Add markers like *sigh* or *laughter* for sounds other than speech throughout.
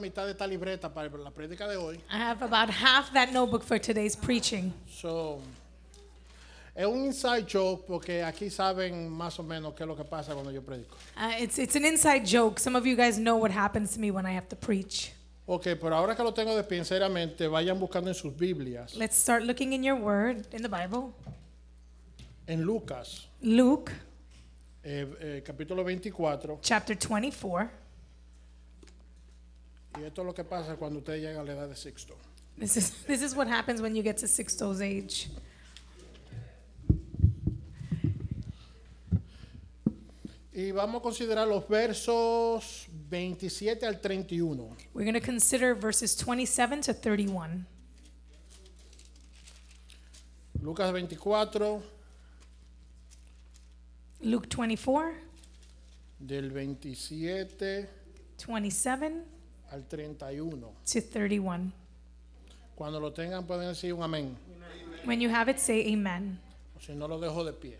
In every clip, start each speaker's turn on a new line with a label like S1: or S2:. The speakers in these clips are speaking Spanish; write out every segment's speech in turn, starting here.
S1: mitad de esta libreta para la prédica de hoy.
S2: I have about half that notebook for today's preaching.
S1: So, es un inside joke porque aquí saben más o menos qué es lo que pasa cuando yo predico.
S2: Uh, it's, it's an inside joke. Some of you guys know what happens to me when I have to preach.
S1: Ok, pero ahora que lo tengo de pie, sinceramente, vayan buscando en sus Biblias,
S2: Let's start looking in your word, in the Bible.
S1: en Lucas,
S2: Luke
S1: eh, eh, capítulo 24,
S2: chapter 24.
S1: y esto es lo que pasa cuando usted llega a la edad de sexto.
S2: This is, *laughs* this is what happens when you get to Sixto's age.
S1: Y vamos a considerar los versos 27 al 31.
S2: We're going to consider verses 27 to 31.
S1: Lucas 24,
S2: Luke 24,
S1: del 27
S2: 27
S1: al 31.
S2: to 31.
S1: Cuando lo tengan pueden decir un amén.
S2: When you have it, say amen.
S1: O si no lo dejo de pie.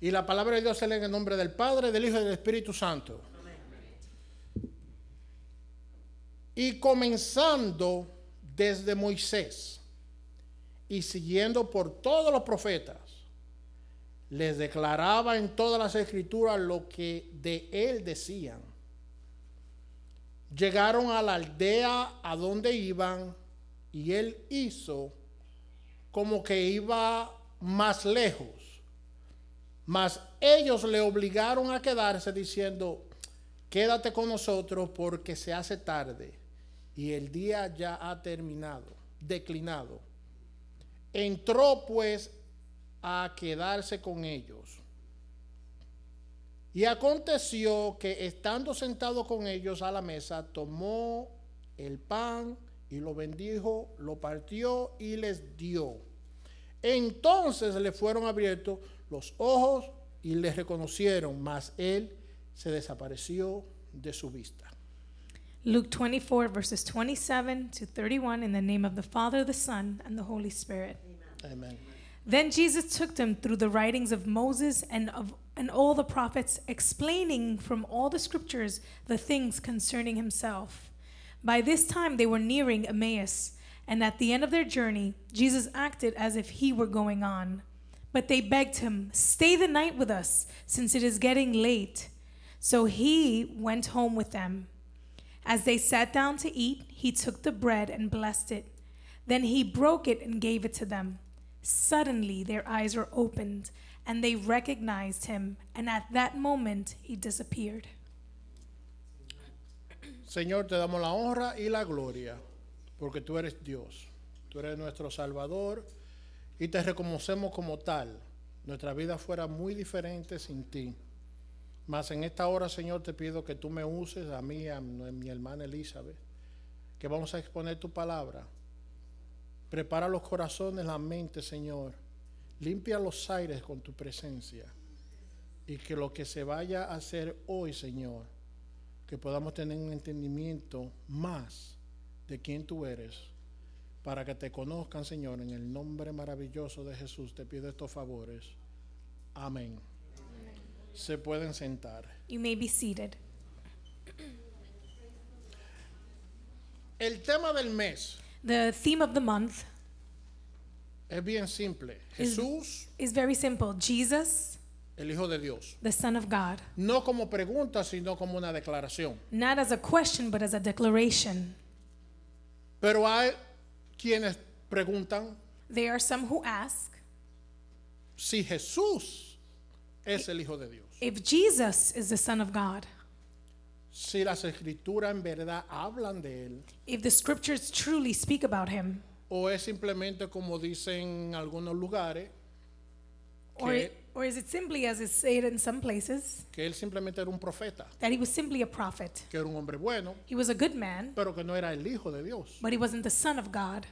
S1: Y la palabra de Dios se lee en el nombre del Padre, del Hijo y del Espíritu Santo. Y comenzando desde Moisés y siguiendo por todos los profetas, les declaraba en todas las escrituras lo que de él decían. Llegaron a la aldea a donde iban y él hizo como que iba más lejos. Mas ellos le obligaron a quedarse diciendo, quédate con nosotros porque se hace tarde y el día ya ha terminado, declinado. Entró pues a quedarse con ellos. Y aconteció que estando sentado con ellos a la mesa, tomó el pan y lo bendijo, lo partió y les dio. Entonces le fueron abiertos los ojos y les reconocieron, mas él se desapareció de su vista.
S2: Luke 24, verses 27 to 31, in the name of the Father, the Son, and the Holy Spirit.
S1: Amén.
S2: Then Jesus took them through the writings of Moses and of and all the prophets, explaining from all the scriptures the things concerning himself. By this time they were nearing Emmaus, and at the end of their journey, Jesus acted as if he were going on. But they begged him, Stay the night with us, since it is getting late. So he went home with them. As they sat down to eat, he took the bread and blessed it. Then he broke it and gave it to them. Suddenly their eyes were opened, and they recognized him, and at that moment he disappeared.
S1: Señor, te damos la honra y la gloria, porque tú eres Dios, tú eres nuestro Salvador y te reconocemos como tal. Nuestra vida fuera muy diferente sin ti. Mas en esta hora, Señor, te pido que tú me uses a mí, a mi a mi hermana Elizabeth, que vamos a exponer tu palabra. Prepara los corazones, la mente, Señor. Limpia los aires con tu presencia. Y que lo que se vaya a hacer hoy, Señor, que podamos tener un entendimiento más de quién tú eres, para que te conozcan, Señor, en el nombre maravilloso de Jesús. Te pido estos favores. Amén. Se pueden sentar.
S2: You may be seated.
S1: El tema del mes
S2: The theme of the month
S1: es bien simple.
S2: Is-
S1: Jesús,
S2: is very simple Jesus,
S1: el Hijo de Dios.
S2: the Son of God.
S1: No como pregunta, sino como una declaración.
S2: Not as a question, but as a declaration.
S1: Pero hay quienes preguntan
S2: There are some who ask
S1: si Jesús es el Hijo de Dios.
S2: if Jesus is the Son of God,
S1: Si las escrituras en verdad hablan de él.
S2: if the scriptures truly speak about him,
S1: o es simplemente como dicen en algunos lugares
S2: or,
S1: que,
S2: or is it simply, as is said in some places,
S1: que él simplemente era un profeta,
S2: that he was simply a prophet?
S1: que era un hombre bueno,
S2: He was a good man,
S1: pero que no era el hijo de Dios.
S2: but he wasn't the son of God.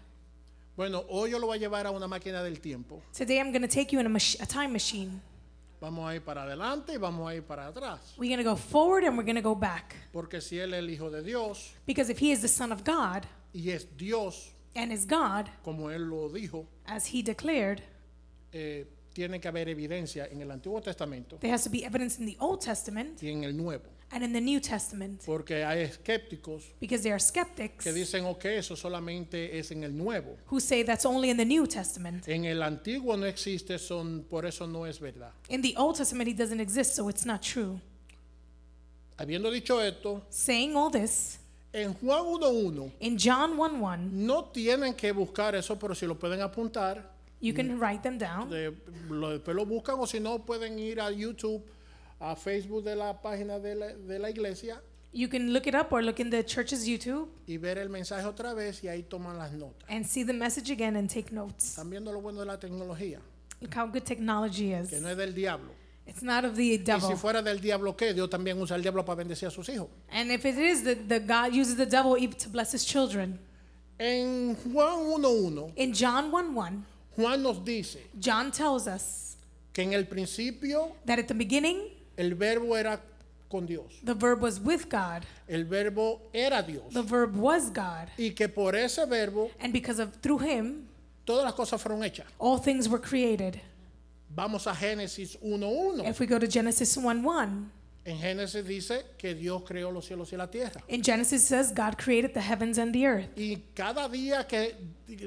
S1: Bueno, hoy yo lo voy a llevar a una máquina del tiempo.
S2: Today I'm going to take you in a, mach- a time machine.
S1: Vamos a ir para adelante y vamos a ir para atrás,
S2: We're going to go forward and we're going to go back.
S1: porque si él es el hijo de Dios
S2: Because if he is the son of God
S1: y es Dios,
S2: and is God,
S1: como él lo dijo,
S2: as he declared,
S1: eh, tiene que haber evidencia en el Antiguo Testamento
S2: There has to be evidence in the Old Testament
S1: y en el Nuevo.
S2: and in the New Testament
S1: Porque hay escépticos
S2: because there are skeptics
S1: que dicen, ok, eso solamente es en el Nuevo.
S2: who say that's only in the New Testament.
S1: En el Antiguo no existe, son, por eso no es verdad.
S2: In the Old Testament, he doesn't exist, so it's not true.
S1: Habiendo dicho esto,
S2: Saying all this,
S1: en Juan 1.1
S2: in John 1 1,
S1: no tienen que buscar eso, pero si lo pueden apuntar,
S2: you can
S1: Mm.
S2: write them down.
S1: de- lo- después lo buscan o si no pueden ir a YouTube, a Facebook de la página de la, de la iglesia
S2: You can look it up or look in the church's YouTube
S1: y ver el mensaje otra vez y ahí toman las notas.
S2: and see the message again and take notes.
S1: Están viendo lo bueno de la tecnología,
S2: Look how good technology
S1: que
S2: is.
S1: no es del diablo.
S2: It's not of the
S1: Y si
S2: devil.
S1: fuera del diablo, ¿qué? Dios también usa el diablo para bendecir a sus hijos.
S2: And if it is, that the God uses the devil even to bless his children.
S1: En Juan 1.1,
S2: In John 1 1,
S1: Juan nos dice
S2: John tells us
S1: que en el principio
S2: that at the beginning,
S1: el verbo era con Dios,
S2: the verb was with God,
S1: el verbo era Dios.
S2: the verb was God.
S1: Y que por ese verbo
S2: And because of through him,
S1: todas las cosas fueron hechas.
S2: all things were created.
S1: Vamos a Génesis 1.1.
S2: If we go to Genesis 1 1,
S1: En Génesis dice que Dios creó los cielos y la tierra.
S2: in Genesis it says God created the heavens and the earth.
S1: Y cada día que,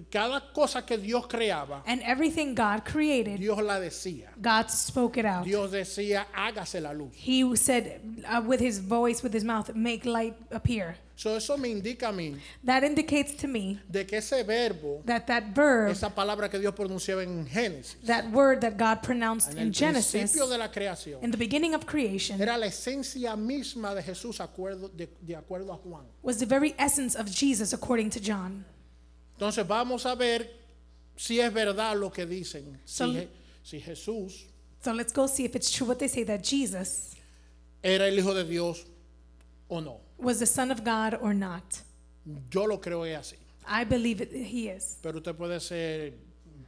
S1: cada cosa que Dios creaba,
S2: And everything God created,
S1: Dios la decía.
S2: God spoke it out.
S1: Dios decía, hágase la luz.
S2: He said uh, with his voice, with his mouth, make light appear.
S1: So, eso me indica a mí
S2: That indicates to me
S1: de que ese verbo,
S2: that that verb,
S1: esa palabra que Dios pronunciaba en Génesis,
S2: that word that God pronounced
S1: en
S2: in
S1: el
S2: Genesis,
S1: principio de la creación,
S2: in the beginning of creation,
S1: era la esencia misma de Jesús acuerdo- de- de acuerdo a Juan.
S2: was the very essence of Jesus according to John.
S1: Entonces vamos a ver si es verdad lo que dicen. Si,
S2: Son-
S1: Je- si Jesús
S2: So let's go see if it's true what they say that Jesus
S1: era el Hijo de Dios o no.
S2: was the Son of God or not.
S1: Yo lo creo es así.
S2: I believe it, he is.
S1: Pero usted puede ser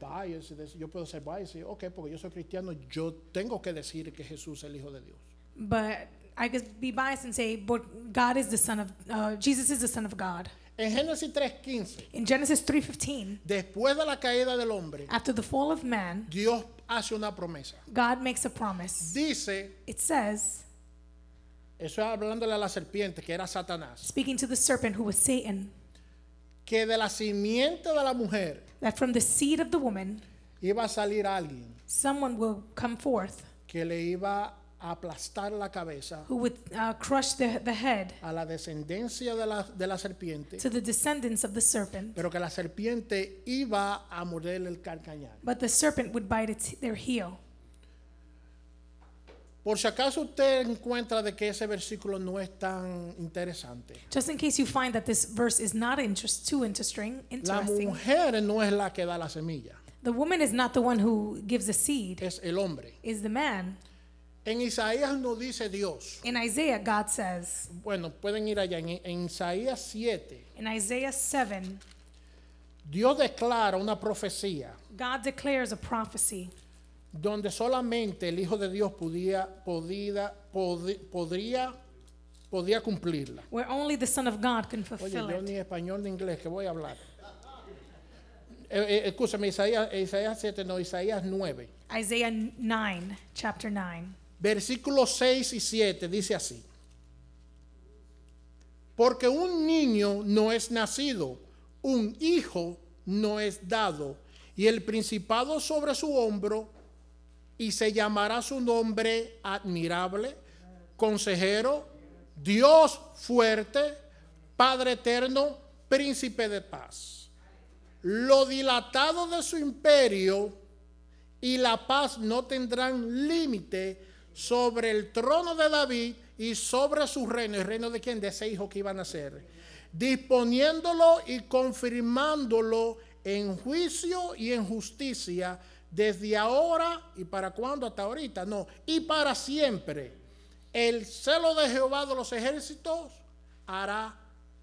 S1: biased, decir, yo puedo ser biased, decir, ok, porque yo soy cristiano, yo tengo que decir que Jesús es el Hijo de Dios.
S2: But I could be biased and say, but God is the Son of, uh, Jesus is the Son of God.
S1: En Génesis 3.15,
S2: In Genesis 3.15,
S1: después de la caída del hombre,
S2: after the fall of man,
S1: Dios hace una promesa.
S2: God makes a promise.
S1: Dice,
S2: It says,
S1: eso es hablándole a la serpiente, que era Satanás,
S2: speaking to the serpent who was Satan,
S1: que de la simiente de la mujer
S2: that from the seed of the woman,
S1: iba a salir alguien
S2: someone will come forth
S1: que le iba a aplastar la cabeza
S2: who would uh, crush the, the head
S1: a la descendencia de la, de la serpiente,
S2: to the descendants of the serpent.
S1: pero que la serpiente iba a morderle el carcañal.
S2: But the serpent would bite its, their heel.
S1: Por si acaso usted encuentra de que ese versículo no es tan interesante.
S2: Just in case you find that this verse is not interest, too interesting,
S1: La
S2: interesting,
S1: mujer no es la que da la semilla,
S2: the woman is not the one who gives the seed,
S1: es el hombre.
S2: is the man.
S1: En Isaías no dice Dios.
S2: In Isaiah, God says,
S1: Bueno, pueden ir allá. En, en Isaías 7,
S2: in Isaiah 7,
S1: Dios declara una profecía
S2: God declares a prophecy
S1: donde solamente el Hijo de Dios podía, podía, podi- podría, podía cumplirla.
S2: where only the Son of God can
S1: Oye,
S2: fulfill
S1: yo
S2: it.
S1: ni español ni inglés que voy a hablar. Eh, eh, escúchame, Isaías, Isaías 7, no, Isaías 9.
S2: Isaiah 9, chapter 9.
S1: Versículos 6 y 7 dice así. Porque un niño no es nacido, un hijo no es dado, y el principado sobre su hombro, y se llamará su nombre admirable, consejero, Dios fuerte, Padre eterno, príncipe de paz. Lo dilatado de su imperio y la paz no tendrán límite sobre el trono de David y sobre su reino, el reino de quien, de ese hijo que iba a nacer, disponiéndolo y confirmándolo en juicio y en justicia desde ahora y para cuándo hasta ahorita, no, y para siempre. El celo de Jehová de los ejércitos hará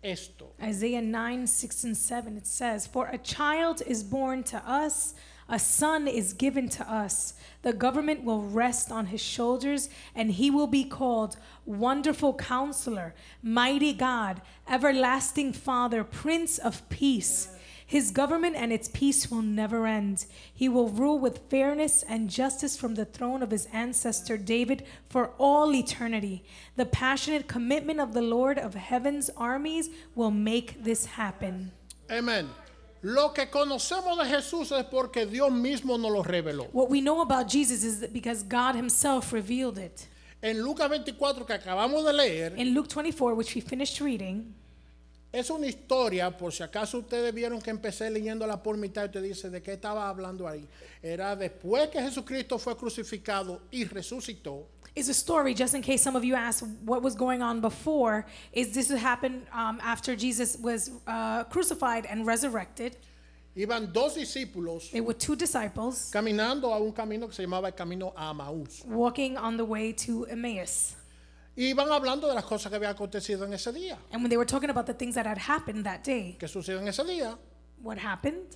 S1: esto.
S2: Isaiah 9, 6 and 7, it says, For a child is born to us, a son is given to us. The government will rest on his shoulders, and he will be called Wonderful Counselor, Mighty God, Everlasting Father, Prince of Peace. His government and its peace will never end. He will rule with fairness and justice from the throne of his ancestor David for all eternity. The passionate commitment of the Lord of heaven's armies will make this happen.
S1: Amén. Lo que conocemos de Jesús es porque Dios mismo nos lo reveló.
S2: What we know about Jesus is that because God himself revealed it.
S1: En Lucas 24 que acabamos de leer,
S2: In Luke 24, which we finished reading,
S1: es una historia, por si acaso ustedes vieron que empecé leyéndola por mitad y usted dice, ¿de qué estaba hablando ahí? Era después que Jesucristo fue crucificado y resucitó.
S2: is a story just in case some of you ask what was going on before is this what happened um, after jesus was uh, crucified and resurrected
S1: Iban dos discípulos
S2: there were two disciples
S1: caminando a un camino que se llamaba el camino a Amaús.
S2: walking on the way to emmaus
S1: Y iban hablando de las cosas que habían acontecido en ese día.
S2: and when they were talking about the things that had happened that day
S1: Que sucedió en ese día
S2: what happened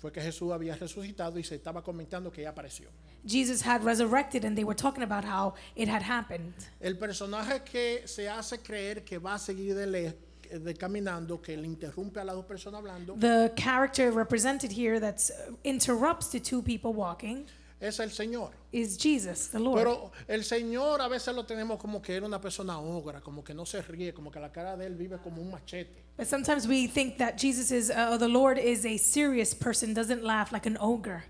S1: fue que Jesús había resucitado y se estaba comentando que ya apareció.
S2: jesus had resurrected and they were talking about how it had happened
S1: El personaje que se hace creer que va a seguir de, le- de caminando, que le interrumpe a las dos personas hablando,
S2: the character represented here that interrupts the two people walking
S1: es el Señor.
S2: is jesus the lord
S1: Pero el Señor a veces lo tenemos como que era una persona ogra, como que no se ríe, como que la cara de él vive como un machete.
S2: But sometimes we think that Jesus is, uh, or the Lord is a serious person, doesn't laugh like an ogre.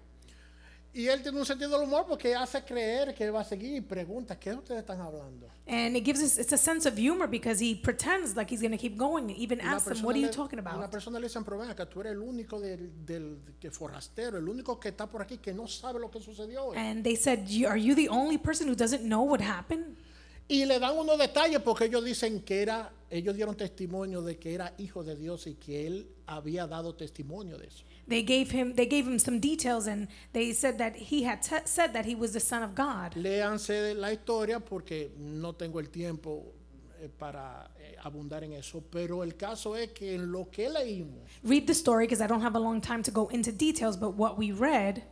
S1: Y él tiene un sentido del humor porque hace creer que él va a seguir y pregunta, ¿qué ustedes están hablando?
S2: And it gives us, it's a sense of humor because he pretends like he's going to keep going, even
S1: Y la
S2: asks them,
S1: persona
S2: What are you
S1: le-
S2: talking
S1: y La
S2: about?
S1: persona le dicen, pero ven acá, tú eres el único del, del- que forastero, el único que está por aquí que no sabe lo que sucedió hoy.
S2: And they said, "You- Are you the only person who doesn't know what happened?
S1: Y le dan unos detalles porque ellos dicen que era, ellos dieron testimonio de que era hijo de Dios y que él había dado testimonio de eso.
S2: They gave him, they gave him some details and they said that he had te- said that he was the Son of God.
S1: Léanse la historia porque no tengo el tiempo eh, para eh, abundar en eso, pero el caso es que en lo que leímos
S2: Read the story because I don't have a long time to go into details, but what we read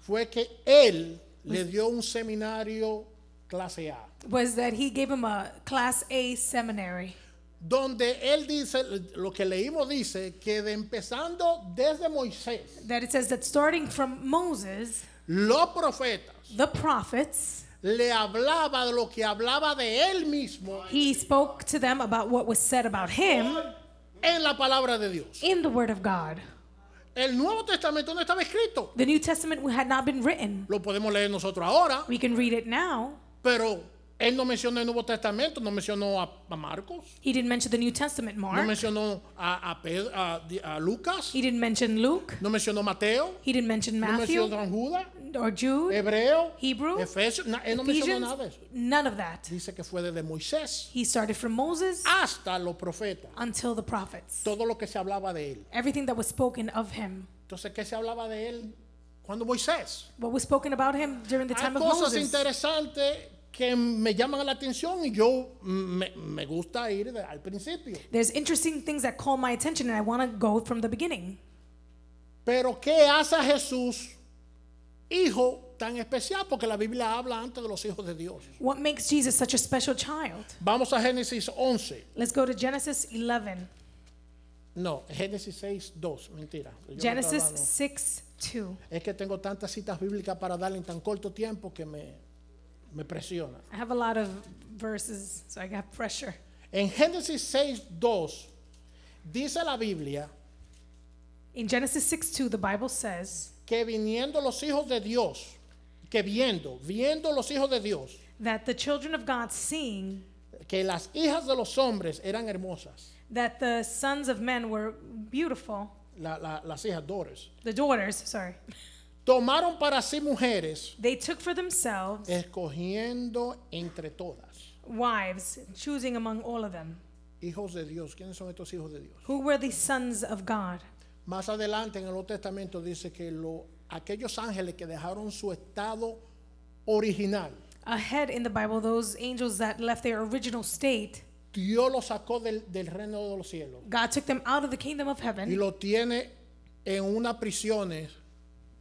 S1: fue que él le dio un seminario clase A.
S2: was that he gave him a Class A seminary.
S1: donde él dice, lo que leímos dice, que de empezando desde Moisés,
S2: That it says that starting from Moses,
S1: los profetas,
S2: the prophets,
S1: le hablaba de lo que hablaba de él mismo
S2: he spoke to them about what was said about him
S1: en la palabra de Dios.
S2: in the Word of God.
S1: El Nuevo Testamento no estaba escrito.
S2: The New Testament had not been written.
S1: Lo podemos leer nosotros ahora,
S2: We can read it now.
S1: pero él no mencionó el Nuevo Testamento, no mencionó a, a Marcos,
S2: He didn't mention the New Testament,
S1: no
S2: Mark.
S1: mencionó a, a Pedro- a- a Lucas,
S2: He didn't mention Luke.
S1: no mencionó Mateo,
S2: He didn't mention
S1: no mencionó
S2: Matthew
S1: a Judas,
S2: or Jude,
S1: Hebreo,
S2: Hebrew,
S1: Efesios, na- él no mencionó
S2: Ephesians.
S1: nada de eso.
S2: None of that.
S1: Dice que fue desde Moisés
S2: He started from Moses
S1: hasta los profetas,
S2: until the prophets.
S1: todo lo que se hablaba de él.
S2: Everything that was spoken of him.
S1: Entonces, ¿qué se hablaba de él cuando Moisés?
S2: What was spoken about him during the
S1: Hay
S2: time of
S1: cosas
S2: Moses.
S1: interesantes que me llaman la atención y yo me, me gusta ir de- al principio.
S2: There's interesting things that call my attention, and I want to go from the beginning.
S1: Pero ¿qué hace a Jesús hijo tan especial? Porque la Biblia habla antes de los hijos de Dios.
S2: What makes Jesus such a special child?
S1: Vamos a Génesis 11.
S2: Let's go to Genesis 11,
S1: No, Génesis 6, 2. Mentira. Yo me
S2: Genesis
S1: estaba-
S2: 6 2.
S1: Es que tengo tantas citas bíblicas para darle en tan corto tiempo que me, me presiona.
S2: I have a lot of verses, so I got pressure.
S1: En Génesis 6, 2 dice la Biblia
S2: In Genesis 6 2, the Bible says
S1: que viniendo los hijos de Dios, que viendo, viendo los hijos de Dios,
S2: that the children of God, seeing
S1: que las hijas de los hombres eran hermosas,
S2: that the sons of men were beautiful,
S1: la- la- las hijas Dores,
S2: the daughters, sorry,
S1: tomaron para sí mujeres,
S2: they took for themselves
S1: escogiendo entre todas,
S2: wives, choosing among all of them.
S1: hijos de Dios. ¿Quiénes son estos hijos de Dios?
S2: Who were the sons of God?
S1: Más adelante en el Nuevo Testamento dice que lo- aquellos ángeles que dejaron su estado original,
S2: Ahead in the Bible, those angels that left their original state,
S1: Dios los sacó del, del reino de los cielos.
S2: God took them out of the kingdom of heaven.
S1: y lo tiene en unas prisiones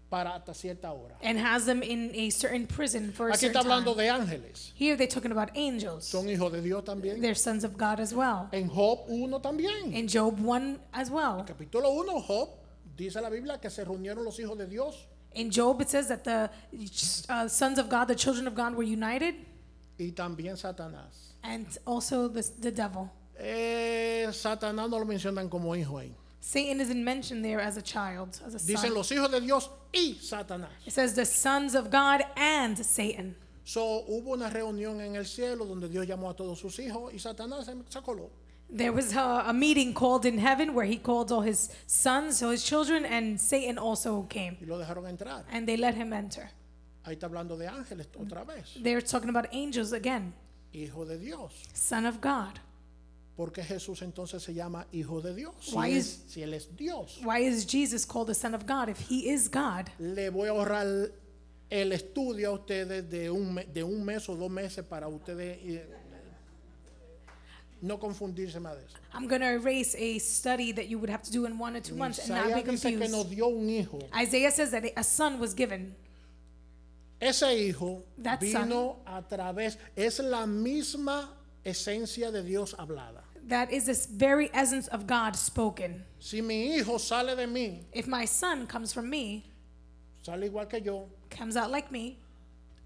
S1: para hasta cierta hora.
S2: and has them in a certain prison for a
S1: Aquí está
S2: certain
S1: hablando
S2: time.
S1: de ángeles.
S2: Here they're talking about angels.
S1: Son hijos de Dios también.
S2: They're sons of God as well.
S1: En Job 1 también.
S2: In Job 1 as well.
S1: Capítulo 1, Job, dice la Biblia que se reunieron los hijos de Dios
S2: In Job it says that the uh, sons of God, the children of God were united
S1: y también Satanás.
S2: and also the, the devil.
S1: Eh, Satanás no lo mencionan como hijo ahí.
S2: Satan isn't mentioned there as a child, as a
S1: Dicen
S2: son.
S1: los hijos de Dios y Satanás.
S2: It says the sons of God and Satan.
S1: So, hubo una reunión en el cielo donde Dios llamó a todos sus hijos y Satanás se, se coló.
S2: There was a, a meeting called in heaven where he called all his sons, so his children, and Satan also came.
S1: y lo dejaron entrar.
S2: And they let him enter.
S1: Ahí está hablando de ángeles otra vez.
S2: They're talking about angels again,
S1: Hijo de Dios.
S2: son of God.
S1: ¿Por qué Jesús entonces se llama hijo de Dios? Si,
S2: Why
S1: es-
S2: is-
S1: si él es Dios.
S2: Why is Jesus called the son of God if he is God?
S1: Le voy a ahorrar el estudio a ustedes de un, me- de un mes o dos meses para ustedes eh, no confundirse más de eso.
S2: I'm going to erase a study that you would have to do in one or two months and not
S1: Isaías
S2: be
S1: dice que nos
S2: confused.
S1: dio un hijo.
S2: Isaiah says that a son was given.
S1: Ese hijo
S2: That son.
S1: vino a través, es la misma esencia de Dios hablada.
S2: That is this very essence of God spoken.
S1: Si mi hijo sale de mí,
S2: If my son comes from me,
S1: sale igual que yo,
S2: comes out like me,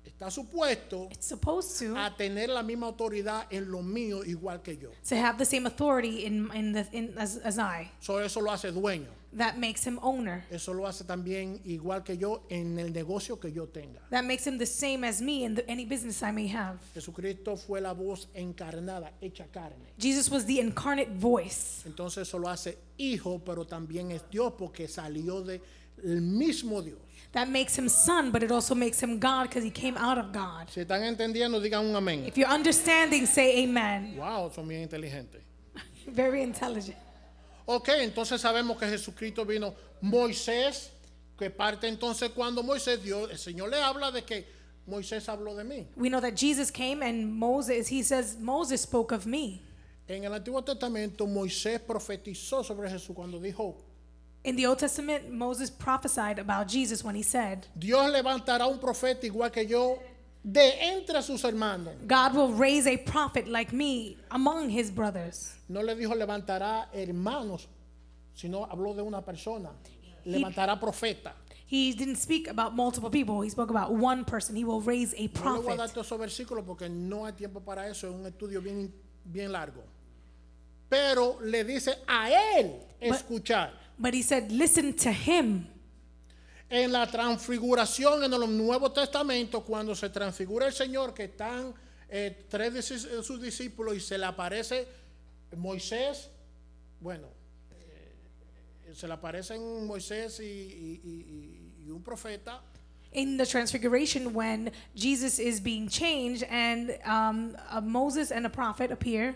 S1: está supuesto
S2: it's supposed to
S1: a tener la misma autoridad en lo mío igual que yo.
S2: to have the same authority in in the in as, as I.
S1: So, eso lo hace dueño.
S2: That makes him owner.
S1: Eso lo hace también igual que yo en el negocio que yo tenga.
S2: That makes him the same as me in the, any business I may have.
S1: Jesucristo fue la voz encarnada, hecha carne.
S2: Jesus was the incarnate voice.
S1: Entonces eso lo hace hijo, pero también es Dios porque salió del mismo Dios.
S2: That makes him son, but it also makes him God because he came out of God.
S1: Si están entendiendo, digan un amén.
S2: If you're understanding, say amen.
S1: Wow, son bien inteligentes.
S2: Very intelligent.
S1: Ok, entonces sabemos que Jesucristo vino. Moisés, que parte entonces cuando Moisés, Dios, el Señor le habla de que Moisés habló de mí.
S2: We know that Jesus came and Moses, he says, Moses spoke of me.
S1: En el Antiguo Testamento, Moisés profetizó sobre Jesús cuando dijo,
S2: In the Old Testament, Moses prophesied about Jesus when he said,
S1: Dios levantará un profeta igual que yo de entre sus hermanos.
S2: God will raise a prophet like me among his brothers.
S1: No le dijo levantará hermanos, sino habló de una persona. Levantará profeta.
S2: He didn't speak about multiple people, he spoke about one person. He will raise a
S1: No le voy a dar
S2: prophet.
S1: todos esos versículos porque no hay tiempo para eso. Es un estudio bien, bien largo. Pero le dice a él escuchar.
S2: But he said, Listen to him.
S1: En la transfiguración, en el Nuevo Testamento, cuando se transfigura el Señor, que están eh, tres de sus- de sus discípulos y se le aparece Moisés, bueno, eh, se le aparecen Moisés y, y- y- y un profeta,
S2: In the transfiguration, when Jesus is being changed and um, a Moses and a prophet appear,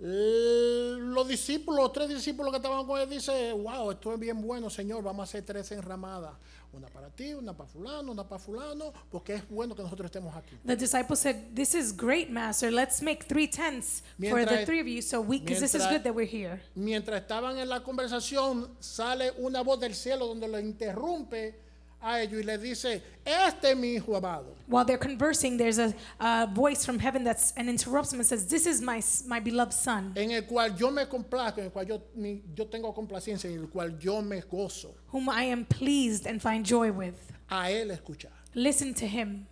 S1: Eh, los discípulos, los tres discípulos que estaban con él, dice, wow, esto es bien bueno, Señor, vamos a hacer tres enramadas. Una para ti, una para fulano, una para fulano, porque es bueno que nosotros estemos aquí.
S2: the disciples said, This is great, Master. Let's make three tents for
S1: Mientras-
S2: the three of you so we, because this is
S1: mientras-
S2: good that we're here.
S1: Mientras estaban en la conversación, sale una voz del cielo donde lo interrumpe a ellos y le dice, este es mi hijo amado.
S2: While they're conversing, there's a, a voice from heaven that's and interrupts them and says, "This is my s- my beloved son,
S1: En el cual yo me complazco, en el cual yo, mi- yo tengo complacencia, en el cual yo me gozo
S2: whom I am pleased and find joy with.
S1: a él escuchar.
S2: Listen to him."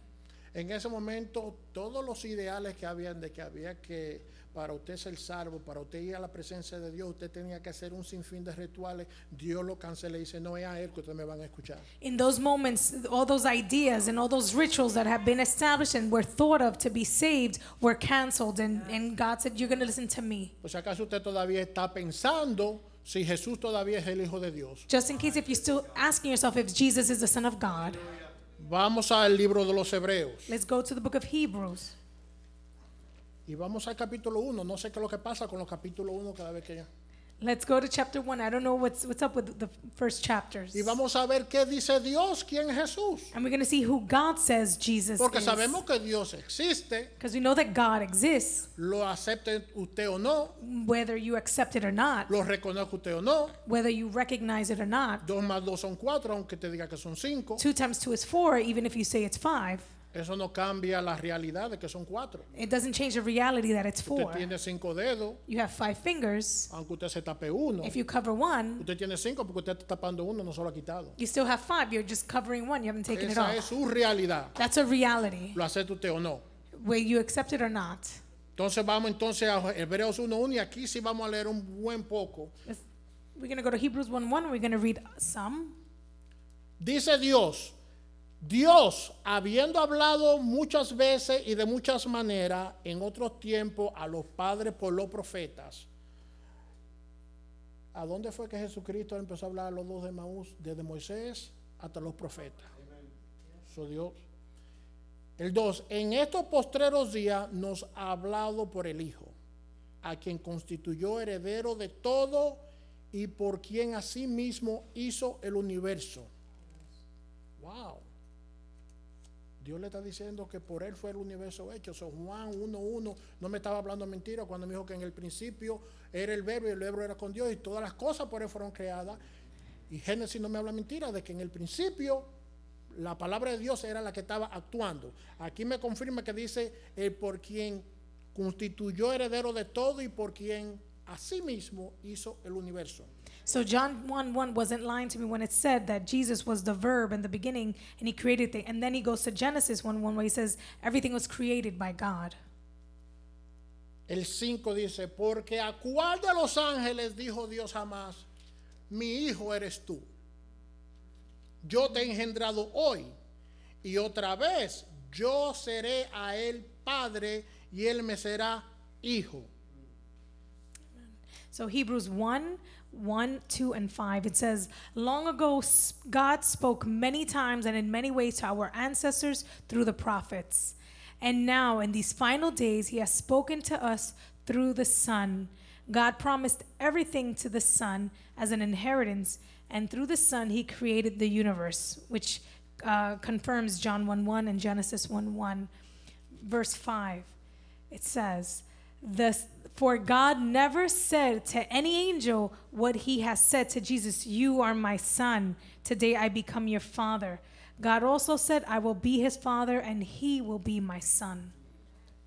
S1: En ese momento, todos los ideales que habían de que había que, para usted ser salvo, para usted ir a la presencia de Dios, usted tenía que hacer un sinfín de rituales, Dios lo cancela y dice, no es a él que ustedes me van a escuchar.
S2: In those moments, all those ideas and all those rituals that have been established and were thought of to be saved were canceled, and, and God said, "You're going to listen to me."
S1: O sea, Pues, acaso usted todavía está pensando si Jesús todavía es el Hijo de Dios.
S2: Just in case if you're still asking yourself if Jesus is the Son of God,
S1: Vamos al libro de los Hebreos
S2: let's go to the book of Hebrews.
S1: y vamos al capítulo 1. No sé qué es lo que pasa con los capítulos 1 cada vez que...
S2: Let's go to chapter 1. I don't know what's, what's up with the first chapters.
S1: Y vamos a ver qué dice Dios, quién es Jesús.
S2: And we're going to see who God says Jesus
S1: Porque
S2: is.
S1: sabemos que Dios existe,
S2: Because we know that God exists,
S1: lo acepte usted o no,
S2: whether you accept it or not,
S1: lo reconozca usted o no.
S2: whether you recognize it or not.
S1: Dos más dos son cuatro, aunque te diga que son cinco.
S2: Two times two is four, even if you say it's five.
S1: Eso no cambia la realidad de que son cuatro.
S2: It doesn't change the reality that it's four.
S1: Usted tiene cinco dedos,
S2: You have five fingers.
S1: aunque usted se tape uno.
S2: If you cover one,
S1: Usted tiene cinco porque usted está tapando uno, no se lo ha quitado.
S2: you still have five. You're just covering one. You haven't taken it
S1: Esa es
S2: off.
S1: su realidad.
S2: That's a reality,
S1: Lo acepte usted o no.
S2: whether you accept it or not.
S1: Entonces vamos entonces a Hebreos 1.1 y aquí sí vamos a leer un buen poco.
S2: Let's- We're going to go to Hebrews 1 1. We're going to read some.
S1: Dice Dios, Dios, habiendo hablado muchas veces y de muchas maneras en otros tiempos a los padres por los profetas. ¿A dónde fue que Jesucristo empezó a hablar a los dos de Maús? Desde Moisés hasta los profetas. Su Dios. El 2. En estos postreros días nos ha hablado por el Hijo, a quien constituyó heredero de todo y por quien asimismo hizo el universo. Wow. Dios le está diciendo que por él fue el universo hecho. So, Juan 1.1 no me estaba hablando mentira cuando me dijo que en el principio era el verbo y el verbo era con Dios y todas las cosas por él fueron creadas. Y Génesis no me habla mentira de que en el principio la palabra de Dios era la que estaba actuando. Aquí me confirma que dice el por quien constituyó heredero de todo y por quien asimismo hizo el universo.
S2: So John 1 1 wasn't lying to me when it said that Jesus was the verb in the beginning and he created things. And then he goes to Genesis 1 1 where he says everything was created by God.
S1: El 5 dice, porque a cuál de los ángeles dijo Dios jamás, mi hijo eres tú. Yo te he engendrado hoy y otra vez yo seré a él padre y él me será hijo.
S2: So Hebrews 1 1, 2, and 5, it says, Long ago s- God spoke many times and in many ways to our ancestors through the prophets. And now, in these final days, He has spoken to us through the Son. God promised everything to the Son as an inheritance, and through the Son, He created the universe, which uh, confirms John 1 1 and Genesis 1 1 verse 5 it says this for god never said to any angel what he has said to jesus you are my son today i become your father god also said i will be his father and he will be my son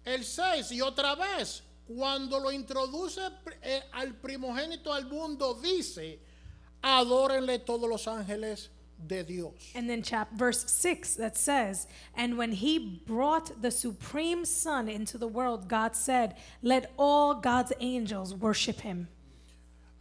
S1: El 6 y otra vez, cuando lo introduce pr- eh, al primogénito al mundo, dice, adórenle todos los ángeles de Dios.
S2: and then chap verse 6 that says and when he brought the supreme son into the world god said let all god's angels worship him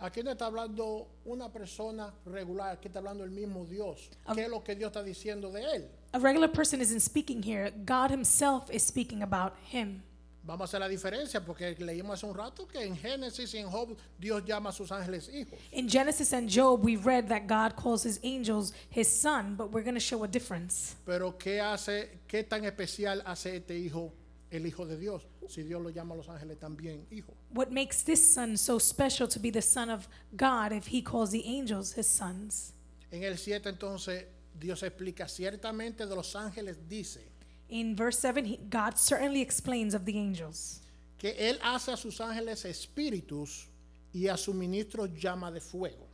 S1: Aquí no está hablando una persona regular, aquí está hablando el mismo Dios. ¿Qué es lo que Dios está diciendo de él?
S2: a regular person isn't speaking here god himself is speaking about him
S1: Vamos a hacer la diferencia porque leímos hace un rato que en Génesis y en Job Dios llama a sus ángeles hijos.
S2: In Genesis and Job, we read that God calls his angels his son, but we're going to show a difference.
S1: Pero ¿qué hace, qué tan especial hace este hijo, el hijo de Dios? Si Dios lo llama a los ángeles también hijo.
S2: What makes this son so special to be the son of God if he calls the angels his sons?
S1: En el 7 entonces Dios explica ciertamente de los ángeles dice
S2: In verse 7, he, God certainly explains of the angels
S1: que él hace a sus ángeles espíritus y a su ministro llama de fuego.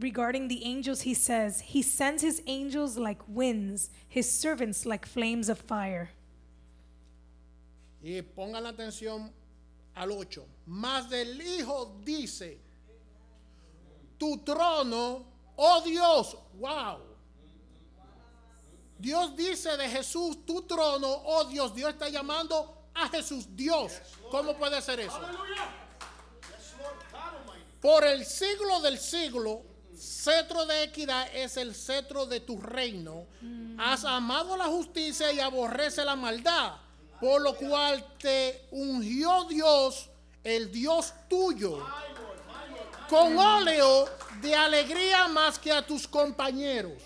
S2: Regarding the angels, he says, He sends his angels like winds, his servants like flames of fire.
S1: Y pongan la atención al 8. Más del Hijo dice, tu trono, oh Dios, wow. Dios dice de Jesús, tu trono, oh Dios, Dios está llamando a Jesús Dios. ¿Cómo puede ser eso? Por el siglo del siglo, cetro de equidad es el cetro de tu reino. Has amado la justicia y aborrece la maldad, por lo cual te ungió Dios, el Dios tuyo, con óleo de alegría más que a tus compañeros.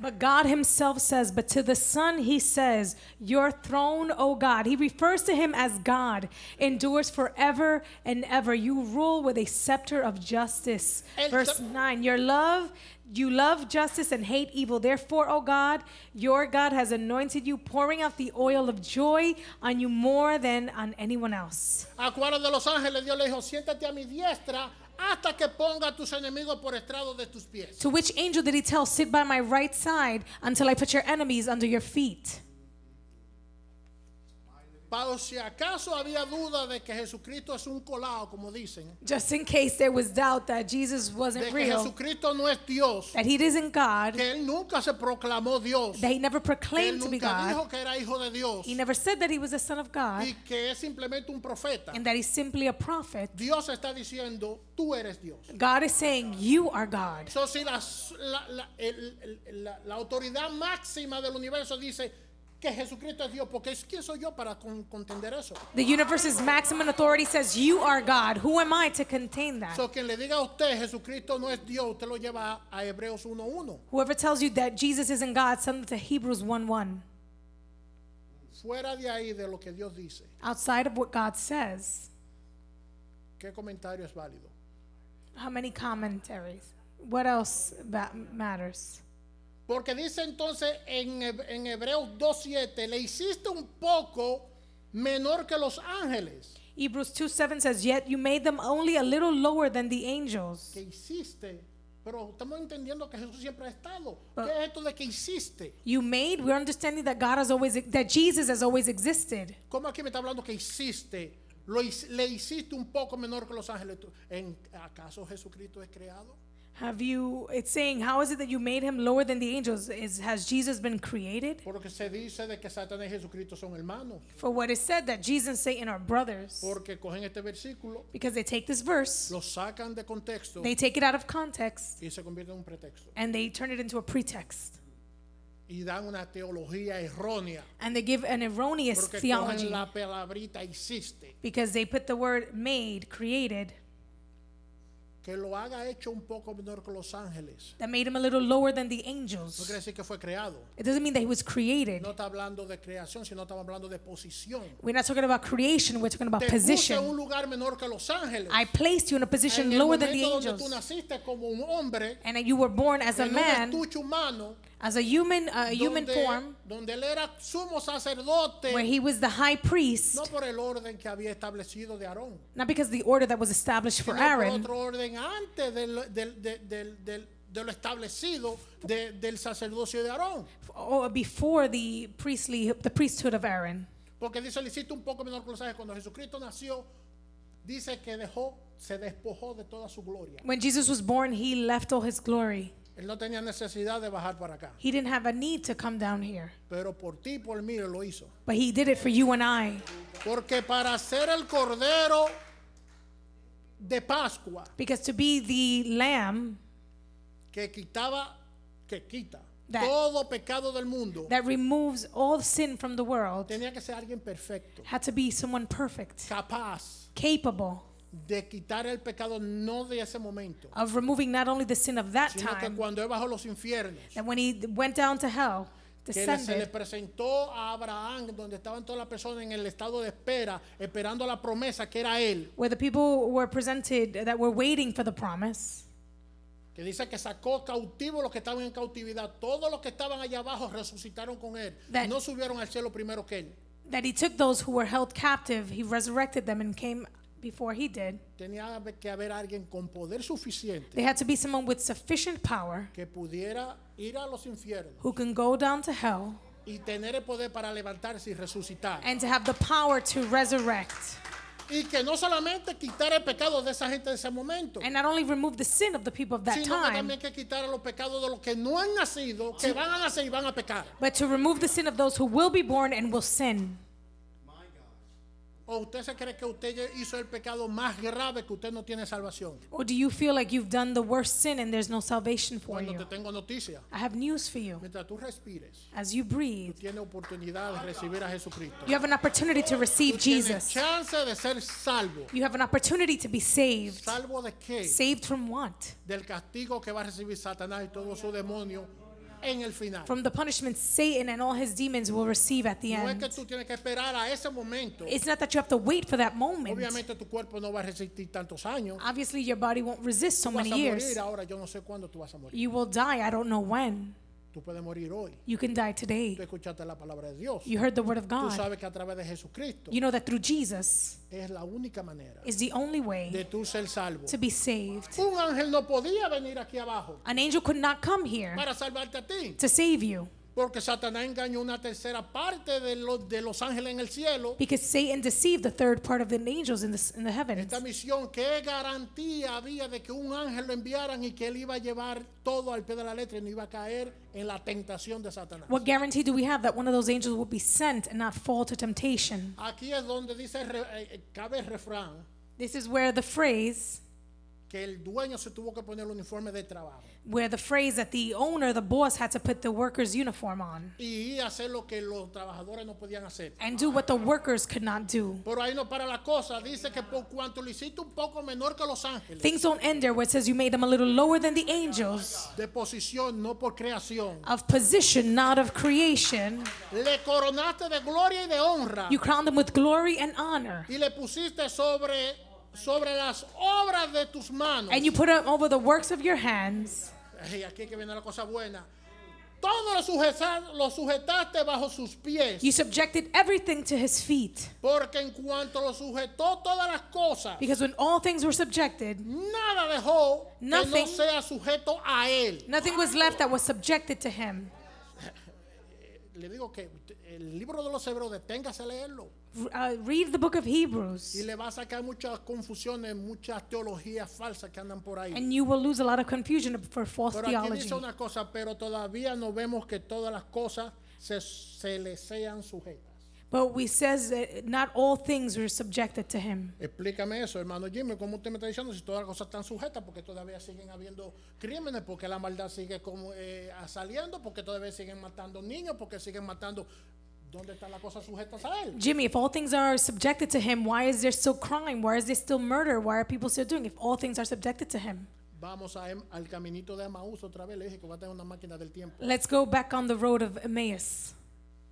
S2: But God Himself says, But to the Son He says, Your throne, O God. He refers to Him as God, endures forever and ever. You rule with a scepter of justice.
S1: El
S2: Verse
S1: sep-
S2: 9 Your love, you love justice and hate evil. Therefore, O God, your God has anointed you, pouring out the oil of joy on you more than on anyone else.
S1: A Cuadro de los Ángeles Dios le dijo, siéntate a mi diestra hasta que ponga a tus enemigos por estrado de tus pies.
S2: To which angel did He tell, Sit by my right side until I put your enemies under your feet?
S1: Por si acaso había duda de que Jesucristo es un colado, como dicen,
S2: Just in case there was doubt that Jesus
S1: de
S2: wasn't
S1: que
S2: real,
S1: Jesucristo no es Dios,
S2: that he isn't God,
S1: que él nunca se proclamó Dios,
S2: that he never
S1: que él
S2: proclaimed to be
S1: nunca
S2: God,
S1: dijo que era hijo de Dios
S2: he never said that he was the Son of God,
S1: y que es simplemente un profeta.
S2: and that he's simply a prophet.
S1: Dios está diciendo, tú eres Dios.
S2: God is saying, You are God.
S1: So, si las- la, la- el- el- la- la autoridad máxima del universo dice que Jesucristo es Dios, porque es quién soy yo para con- contender eso.
S2: The universe's maximum authority says, You are God. Who am I to contain that?
S1: So, quien le diga a usted Jesucristo no es Dios, usted lo lleva a, a Hebreos 1.1.
S2: Whoever tells you that Jesus isn't God, send them to Hebrews 1 1.
S1: Fuera de ahí de lo que Dios dice,
S2: Outside of what God says,
S1: ¿qué comentario es válido?
S2: how many commentaries? What else that matters?
S1: Porque dice entonces en, Heb- en Hebreos 2.7, le hiciste un poco menor que los ángeles.
S2: Hebrews 2 7 says, Yet you made them only a little lower than the angels.
S1: Que hiciste, pero estamos entendiendo que Jesús siempre ha estado. ¿Qué es esto de que hiciste?
S2: You made, we're understanding that God has always, that Jesus has always existed.
S1: ¿Cómo aquí me está hablando que hiciste? Lo, hic- le hiciste un poco menor que los ángeles. Tú- ¿En, ¿Acaso Jesucristo es creado?
S2: Have you, it's saying, How is it that you made him lower than the angels? Is, has Jesus been created?
S1: Por lo que se dice de que Satanás y Jesucristo son hermanos.
S2: For what is said that Jesus and Satan are brothers.
S1: Porque cogen este versículo,
S2: Because they take this verse,
S1: lo sacan de contexto
S2: they take it out of context,
S1: y se convierte en un pretexto.
S2: and they turn it into a pretext.
S1: Y dan una teología errónea.
S2: And they give an erroneous
S1: Porque cogen
S2: theology.
S1: la palabrita hiciste.
S2: Because they put the word made, created,
S1: Que lo haga hecho un poco menor que los ángeles.
S2: that made him a little lower than the
S1: No
S2: angels.
S1: quiere decir que fue creado.
S2: It doesn't mean that he was created.
S1: No está hablando de creación, sino estamos hablando de posición.
S2: We're not talking about creation, we're talking about
S1: Te puse en un
S2: position.
S1: lugar menor que los ángeles.
S2: I placed you in a
S1: en
S2: position
S1: el
S2: lower
S1: momento
S2: than the
S1: donde tú
S2: angels.
S1: naciste como un hombre
S2: And that you were born as a
S1: en un
S2: man,
S1: estuche humano
S2: as a human, uh, a human
S1: donde,
S2: form,
S1: donde él era sumo sacerdote
S2: where he was the high priest,
S1: no por el orden que había establecido de Aarón
S2: not because of the order that was established for
S1: sino por
S2: Aaron,
S1: otro orden antes del- del- del- del- del- de lo establecido de- del sacerdocio de Aarón
S2: or before the priestly, the priesthood of Aaron.
S1: porque dice le hiciste un poco menor que los ángeles cuando Jesucristo nació dice que dejó se despojó de toda su gloria
S2: When Jesus was born, he left all his glory.
S1: él no tenía necesidad de bajar para acá
S2: He didn't have a need to come down here,
S1: pero por ti y por mí él lo hizo
S2: but he did it for you and I.
S1: Porque para ser el cordero de Pascua
S2: Because to be the lamb
S1: que quitaba, que quita
S2: That-
S1: todo pecado del mundo,
S2: that removes all sin from the world
S1: tenía que ser alguien perfecto,
S2: had to be someone perfect,
S1: capaz
S2: capable
S1: de quitar el pecado no de ese momento,
S2: of removing not only the sin of that
S1: sino que
S2: time,
S1: cuando él bajó los infiernos,
S2: that when he went down to hell,
S1: que le- se le
S2: descended,
S1: presentó a Abraham, donde estaban todas las personas en el estado de espera, esperando la promesa que era él,
S2: where the people were presented that were waiting for the promise.
S1: que dice que sacó cautivo los que estaban en cautividad, todos los que estaban allá abajo resucitaron con él,
S2: That-
S1: no subieron al cielo primero que él.
S2: That he took those who were held captive, he resurrected them and came before he did.
S1: tenía que haber alguien con poder suficiente
S2: There had to be someone with sufficient power
S1: que pudiera ir a los infiernos
S2: who can go down to hell
S1: y tener el poder para levantarse y resucitar.
S2: and to have the power to resurrect
S1: Y que no solamente quitar el pecado de esa gente de ese momento,
S2: and not only remove the sin of the people of that
S1: sino que
S2: time,
S1: también que quitar los pecados de los que no han nacido, que van a nacer y van a pecar.
S2: but to remove the sin of those who will be born and will sin.
S1: ¿O usted se cree que usted hizo el pecado más grave que usted no tiene salvación?
S2: Or do you feel like you've done the worst sin and there's no salvation for
S1: Bueno,
S2: you?
S1: te tengo noticia.
S2: I have news for you.
S1: Mientras tú respires,
S2: As you breathe,
S1: tienes oportunidad de recibir a Jesucristo.
S2: you have an opportunity to receive
S1: Tienes
S2: Jesus.
S1: chance de ser salvo.
S2: You have an opportunity to be saved.
S1: ¿Salvo de qué?
S2: Saved from what?
S1: del castigo que va a recibir Satanás y todo su demonio en el final.
S2: from the punishment Satan and all his demons will receive at the
S1: No es que
S2: end.
S1: tú tienes que esperar a ese momento.
S2: It's not that you have to wait for that moment.
S1: Obviamente tu cuerpo no va a resistir tantos años.
S2: Obviously, your body won't resist so
S1: Tú vas
S2: Ah, many
S1: a
S2: years.
S1: morir ahora, yo no sé cuándo tú vas a morir.
S2: You will die, I don't know when.
S1: Tú puedes morir hoy.
S2: You can die
S1: Tú
S2: today.
S1: escuchaste la palabra de Dios.
S2: You heard the word of
S1: Tú
S2: God.
S1: sabes que a través de Jesucristo
S2: You know that through Jesus
S1: es la única manera
S2: is the only
S1: de
S2: way
S1: tú ser salvo.
S2: to be saved.
S1: Un ángel no podía venir aquí abajo
S2: An angel could not come here
S1: para salvarte a ti.
S2: to save you
S1: Porque Satanás engañó una tercera parte de los, de los ángeles en el cielo.
S2: because Satan deceived the third part of the angels in the, in the heavens.
S1: Esta misión, ¿qué garantía había de que un ángel lo enviaran y que él iba a llevar todo al pie de la letra y no iba a caer en la tentación de Satanás?
S2: What guarantee do we have that one of those angels will be sent and not fall to temptation?
S1: Aquí es donde dice, re- eh, eh, cabe el refrán,
S2: This is where the phrase,
S1: que el dueño se tuvo que poner el uniforme de trabajo
S2: where the phrase that the owner, the boss, had to put the worker's uniform on
S1: y hacer lo que los trabajadores no podían hacer.
S2: and do what the workers could not do.
S1: Pero ahí no para la cosa, dice que por cuanto lo hiciste un poco menor que los ángeles,
S2: Things don't end there where it says you made them a little lower than the angels,
S1: de posición, no por creación,
S2: of position, not of creation.
S1: le coronaste de gloria y de honra
S2: You crowned them with glory and honor.
S1: y le pusiste sobre, sobre las obras de tus manos.
S2: And you put them over the works of your hands.
S1: Y aquí es que viene la cosa buena. Todo lo, sujeta- lo sujetaste bajo sus pies.
S2: You subjected everything to his feet.
S1: Porque en cuanto lo sujetó todas las cosas,
S2: Because when all things were subjected,
S1: nada dejó que no
S2: Nothing.
S1: sea sujeto a él.
S2: nothing was left that was subjected to him.
S1: Le digo que usted- el libro de los hebreos, deténgase a leerlo.
S2: uh, read the book of
S1: Y
S2: Hebrews,
S1: le va a sacar muchas confusiones, muchas teologías falsas que andan por ahí.
S2: and you will lose a lot of confusion for false
S1: Pero aquí
S2: theology.
S1: dice una cosa, pero todavía no vemos que todas las cosas se, se le sean sujetas.
S2: But we says that not all things were subjected to him.
S1: Explícame eso, hermano Jimmy, ¿cómo usted me está diciendo si todas las cosas están sujetas? Porque todavía siguen habiendo crímenes, porque la maldad sigue como, eh, saliendo, porque todavía siguen matando niños, porque siguen matando... ¿Dónde están las cosas sujetas a él?
S2: Jimmy, if all things are subjected to him, why is there still crime? Why is there still murder? Why are people still doing? If all things are subjected to him,
S1: Vamos a, Em- al caminito de Amaús otra vez, le dije que va a tener una máquina del tiempo.
S2: let's go back on the road of Emmaus.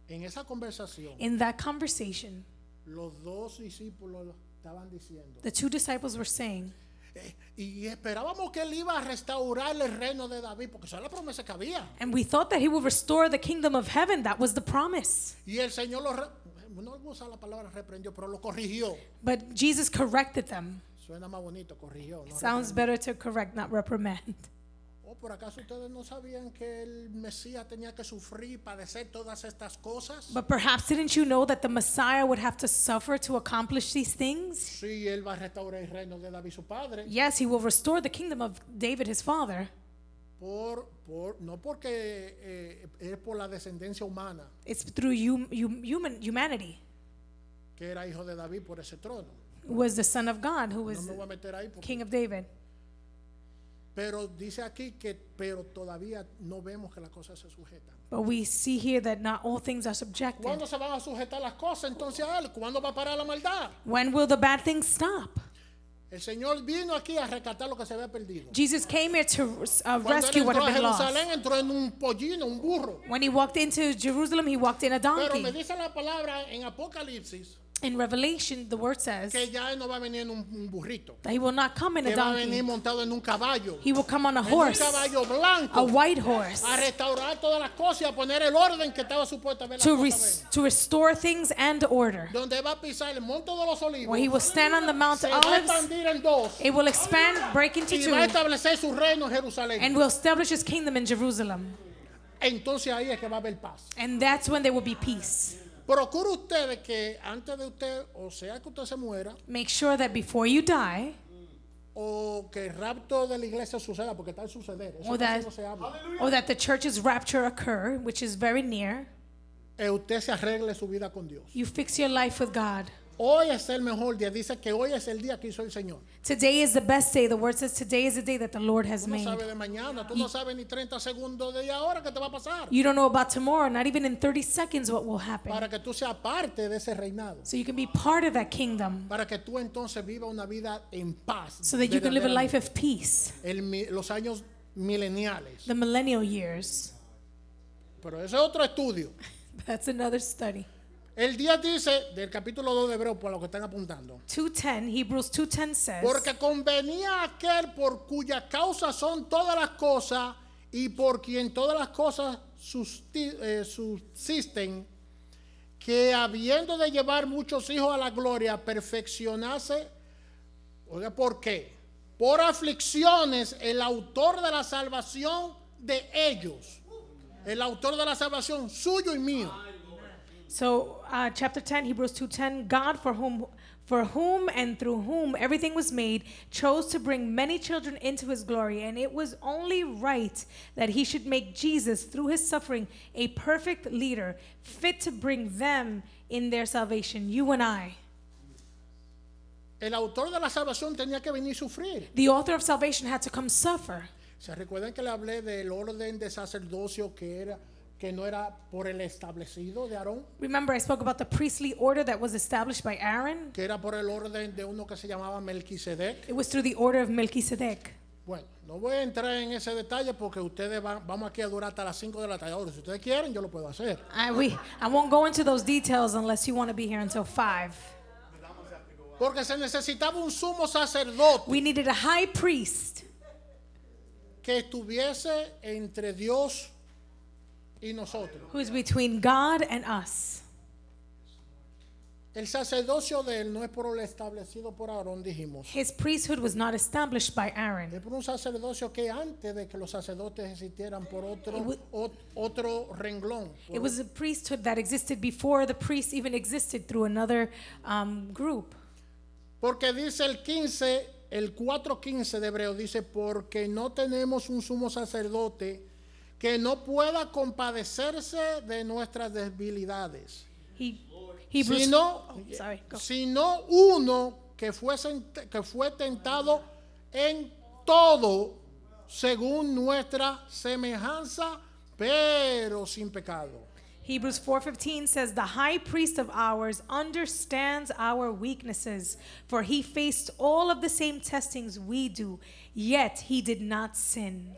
S1: En esa conversación,
S2: In that conversation,
S1: los dos discípulos estaban diciendo,
S2: the two disciples were saying,
S1: eh, y esperábamos que él iba a restaurar el reino de David, porque esa es la promesa que había.
S2: and we thought that he would restore the kingdom of heaven. That was the promise.
S1: Y el Señor lo... re- no voy a usar la palabra reprendió, pero lo corrigió.
S2: But Jesus corrected them.
S1: Suena más bonito, corrigió. ¿no?
S2: Sounds better to correct, not reprimand.
S1: ¿O por acaso ustedes no sabían que el Mesías tenía que sufrir y padecer todas estas cosas?
S2: But perhaps didn't you know that the Messiah would have to suffer to accomplish these things?
S1: Sí, él va a restaurar el reino de David, su padre.
S2: Yes, he will restore the kingdom of David, his father.
S1: Por, por, no porque eh, es por la descendencia humana
S2: It's through hum, hum, human humanity,
S1: que era hijo de David por ese trono.
S2: who was the son of God, who
S1: No
S2: was
S1: me voy a meter ahí. porque-
S2: king of David.
S1: pero dice aquí que pero todavía no vemos que las cosas se sujetan.
S2: But we see here that not all things are
S1: ¿Cuándo
S2: subjected.
S1: se van a sujetar las cosas entonces a él? ¿Cuándo va a parar la maldad?
S2: When will the bad things stop?
S1: El Señor vino aquí a rescatar lo que se había perdido.
S2: Jesus came here to uh,
S1: Cuando él
S2: rescue what
S1: entró
S2: had
S1: a
S2: been lost.
S1: Jerusalén entró en un pollino, un burro.
S2: When he walked into Jerusalem, he walked in a
S1: Pero me
S2: donkey.
S1: dice la palabra en Apocalipsis
S2: In Revelation, the word says
S1: que ya él no va a venir en un, un burrito,
S2: that he will not come in a
S1: que va a venir
S2: donkey.
S1: montado en un caballo,
S2: He will come on a
S1: en un
S2: horse,
S1: caballo
S2: a
S1: blanco,
S2: white horse,
S1: a restaurar todas las cosas y a poner el orden que estaba supuesto haber. las
S2: to,
S1: cosas
S2: res-
S1: bien.
S2: to restore things and order.
S1: Donde va a pisar el monte de los olivos,
S2: Where he will stand on the Mount
S1: se
S2: of
S1: va a
S2: Olives,
S1: expandir en dos
S2: it will expand, break into
S1: y va a
S2: two,
S1: establecer su reino en Jerusalén.
S2: and will establish his kingdom in Jerusalem.
S1: Entonces ahí es que va a haber paz.
S2: And that's when there will be peace.
S1: Procure ustedes que antes de usted, o sea que usted se muera,
S2: Make sure that before you die,
S1: o que el rapto de la iglesia suceda, porque está en suceder. Eso casi
S2: O that-
S1: no se habla.
S2: or that the church's rapture occur, which is very near,
S1: Eh, usted se arregle su vida con Dios.
S2: you fix your life with God.
S1: Hoy es el mejor día. Dice que hoy es el día que hizo el Señor.
S2: Today is the best day. The word says today is the day that the Lord has
S1: Tú no
S2: made.
S1: sabes de mañana. Tú no sabes ni 30 segundos de ahora que te va a pasar.
S2: You don't know about tomorrow, not even in 30 seconds, what will happen.
S1: Para que tú seas parte de ese reinado.
S2: So you can be part of that kingdom,
S1: Para que tú entonces vivas una vida en paz.
S2: so that you can live a
S1: verdaderamente.
S2: life of peace.
S1: El mi- los años mileniales.
S2: The millennial years.
S1: Pero ese es otro estudio.
S2: That's another study.
S1: El 10 dice, del capítulo 2 de Hebreo, por lo que están apuntando.
S2: 2:10 Hebrews 2:10 says
S1: Porque convenía a aquel por cuya causa son todas las cosas y por quien todas las cosas susti- eh, subsisten, que habiendo de llevar muchos hijos a la gloria, perfeccionase. Oiga, ¿por qué? Por aflicciones, el autor de la salvación de ellos. El autor de la salvación suyo y mío.
S2: So, uh, chapter 10, Hebrews 2:10, God for whom for whom and through whom everything was made chose to bring many children into his glory, and it was only right that he should make Jesus through his suffering a perfect leader, fit to bring them in their salvation, you and I.
S1: El autor de la salvación tenía que venir y sufrir.
S2: The author of salvation had to come suffer.
S1: ¿Se recuerdan que le hablé del orden de sacerdocio que era que no era por el establecido de Aarón,
S2: Remember I spoke about the priestly order that was established by Aaron?
S1: que era por el orden de uno que se llamaba Melquisedec?
S2: It was through the order of Melchizedek.
S1: Bueno, no voy a entrar en ese detalle porque ustedes van, vamos aquí a durar hasta las 5 de la tarde. Ahora, si ustedes quieren, yo lo puedo hacer.
S2: I, we, I won't go into those details unless you want to be here until 5.
S1: Porque se necesitaba un sumo sacerdote
S2: We needed a high priest
S1: que estuviese entre Dios y nosotros.
S2: who is between God and us.
S1: El sacerdocio de él no es por el establecido por Aarón, dijimos.
S2: His priesthood was not established by
S1: Es
S2: Aaron.
S1: por un sacerdocio que antes de que los sacerdotes existieran por otro,
S2: It wa-
S1: ot- otro renglón. por-
S2: It was a priesthood that existed before the priests even existed through another um, group.
S1: Porque dice el 15, el 4.15 de Hebreo, dice, porque no tenemos un sumo sacerdote que no pueda compadecerse de nuestras debilidades,
S2: He, Hebrews.
S1: sino,
S2: oh, sorry. Go.
S1: sino uno que fue, sent- que fue tentado en todo según nuestra semejanza, pero sin pecado.
S2: Hebrews 4:15 says the high priest of ours understands our weaknesses for he faced all of the same testings we do yet he did not sin.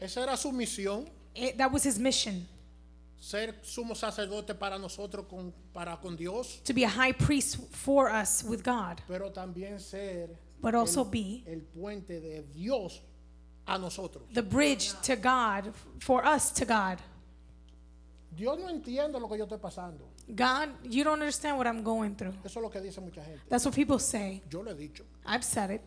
S1: Esa era su misión,
S2: It- that was his mission
S1: ser sumo sacerdote para nosotros, con- para con Dios,
S2: to be a high priest for us with God.
S1: pero también ser
S2: but also be
S1: el puente de Dios a nosotros.
S2: the bridge to God for us to God.
S1: Dios no entiende lo que yo estoy pasando.
S2: God, you don't understand what I'm going through.
S1: Eso es lo que dice mucha gente.
S2: That's what people say.
S1: Yo lo he dicho.
S2: I've said it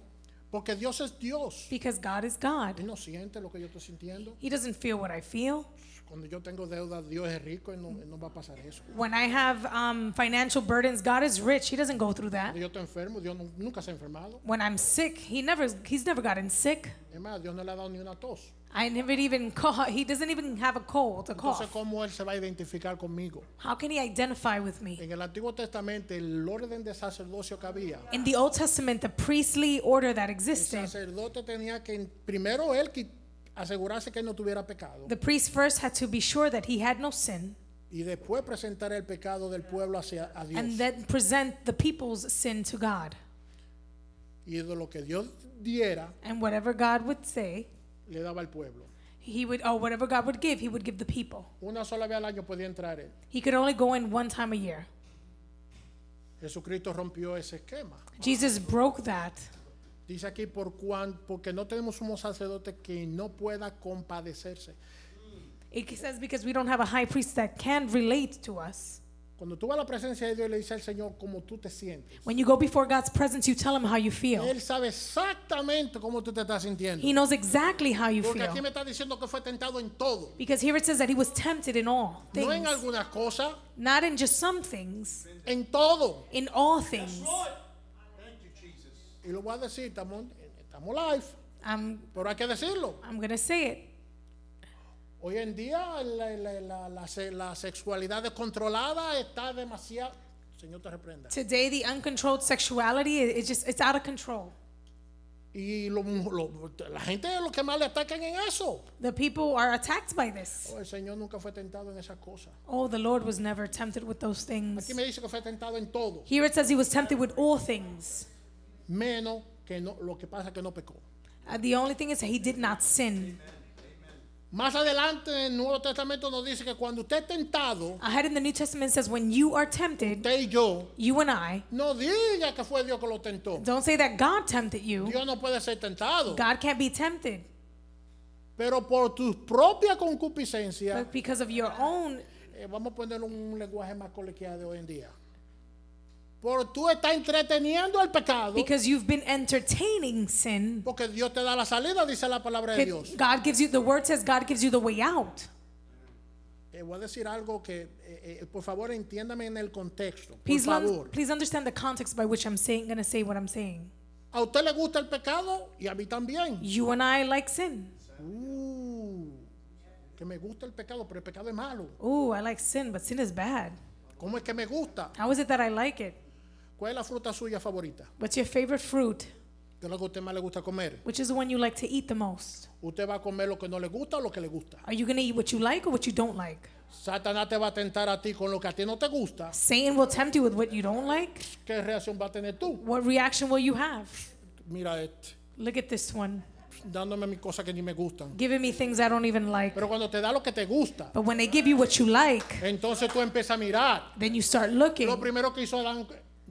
S1: Porque Dios es Dios.
S2: because God is
S1: Él
S2: God.
S1: no siente lo que yo estoy sintiendo.
S2: He doesn't feel what I feel.
S1: Cuando yo tengo deuda, Dios es rico y no, él no va a pasar eso.
S2: When I have um, financial burdens, God is rich. He doesn't go through that.
S1: Cuando yo estoy enfermo, Dios nu- nunca se ha enfermado.
S2: When I'm sick, he never he's never gotten sick.
S1: Es más, Dios no le ha dado ni una tos.
S2: I never even *laughs* caught. He doesn't even have a cold, a
S1: Entonces,
S2: cough.
S1: ¿cómo Él se va a identificar conmigo?
S2: How can he identify with me?
S1: En el Antiguo Testamento, el orden de sacerdocio que había,
S2: In the Old Testament, the priestly order that existed,
S1: sacerdote tenía que primero él qui- asegurarse que él no tuviera pecado
S2: the priest first had to be sure that he had no sin.
S1: y después presentar el pecado del pueblo hacia a Dios.
S2: and then present the people's sin to God.
S1: y de lo que Dios diera
S2: And whatever God would say,
S1: le daba al pueblo.
S2: he would, oh, whatever God would give, he would give the people.
S1: Una sola vez al año podía entrar él.
S2: He could only go in one time a year.
S1: Jesucristo rompió ese esquema.
S2: Jesus broke that.
S1: Dice aquí por cuan, porque no tenemos un sacerdote que no pueda compadecerse.
S2: It says because we don't have a high priest that can relate to us.
S1: Cuando tú vas a la presencia de Dios y le dices al Señor cómo tú te sientes.
S2: When you go before God's presence, you tell him how you feel.
S1: Él sabe exactamente cómo tú te estás sintiendo.
S2: He knows exactly how you
S1: Porque aquí
S2: feel.
S1: me está diciendo que fue tentado en todo.
S2: Because here it says that he was tempted in all
S1: No en
S2: things,
S1: algunas cosas,
S2: not in just some things,
S1: en todo.
S2: in all things.
S1: Y lo voy a decir, estamos, estamos live,
S2: I'm,
S1: pero hay que decirlo.
S2: I'm going to say it.
S1: Hoy en día la, la- la- la se- la sexualidad descontrolada está demasiado... Señor te reprenda.
S2: Today, the uncontrolled sexuality, it, it just, it's out of control.
S1: Y lo- lo- la gente es lo que más le atacan en eso.
S2: The people are attacked by this.
S1: Oh, el Señor nunca fue tentado en esas cosas.
S2: Oh, the Lord was never tempted with those
S1: Aquí
S2: things.
S1: me dice que fue tentado en todo,
S2: Here it says he was tempted with all things.
S1: menos que no, lo que pasa que no pecó.
S2: Uh, the only thing is that he did not sin.
S1: Más adelante en el Nuevo Testamento nos dice que cuando usted es tentado,
S2: Ahead in the New Testament says, when you are tempted,
S1: usted y yo,
S2: you and I,
S1: no diga que fue Dios que lo tentó.
S2: don't say that God tempted you.
S1: Dios no puede ser tentado.
S2: God can't be tempted.
S1: Pero por tu propia concupiscencia,
S2: But because of your own,
S1: eh, vamos a poner un lenguaje más coloquial de hoy en día. Por tú estás entreteniendo el pecado,
S2: because you've been entertaining sin,
S1: porque Dios te da la salida, dice la palabra de Dios.
S2: God gives you, the word says God gives you the way out.
S1: Eh, voy a decir algo que, eh, eh, por favor, entiéndame en el contexto. Por
S2: Please, lun-
S1: favor.
S2: please understand the context by which I'm saying, gonna say what I'm saying.
S1: A usted le gusta el pecado y a mí también.
S2: You and I like sin.
S1: Uh, que me gusta el pecado, pero el pecado es malo.
S2: Ooh, I like sin, but sin is bad.
S1: ¿Cómo es que me gusta?
S2: How is it that I like it?
S1: ¿Cuál es la fruta suya favorita?
S2: What's your favorite fruit?
S1: ¿Qué es lo que a usted más le gusta comer?
S2: Which is the one you like to eat the most?
S1: ¿Usted va a comer lo que no le gusta o lo que le gusta?
S2: Are you gonna eat what you like or what you don't like?
S1: Satanás te va a tentar a ti con lo que a ti no te gusta.
S2: Satan will tempt you with what you don't like.
S1: ¿Qué reacción va a tener tú?
S2: What reaction will you have?
S1: Mira este,
S2: Look at this one,
S1: dándome mis cosas que ni me gustan.
S2: giving me things I don't even like.
S1: Pero cuando te da lo que te gusta,
S2: But when they give you what you like,
S1: entonces tú empiezas a mirar.
S2: then you start
S1: Lo
S2: looking.
S1: primero que hizo Adán,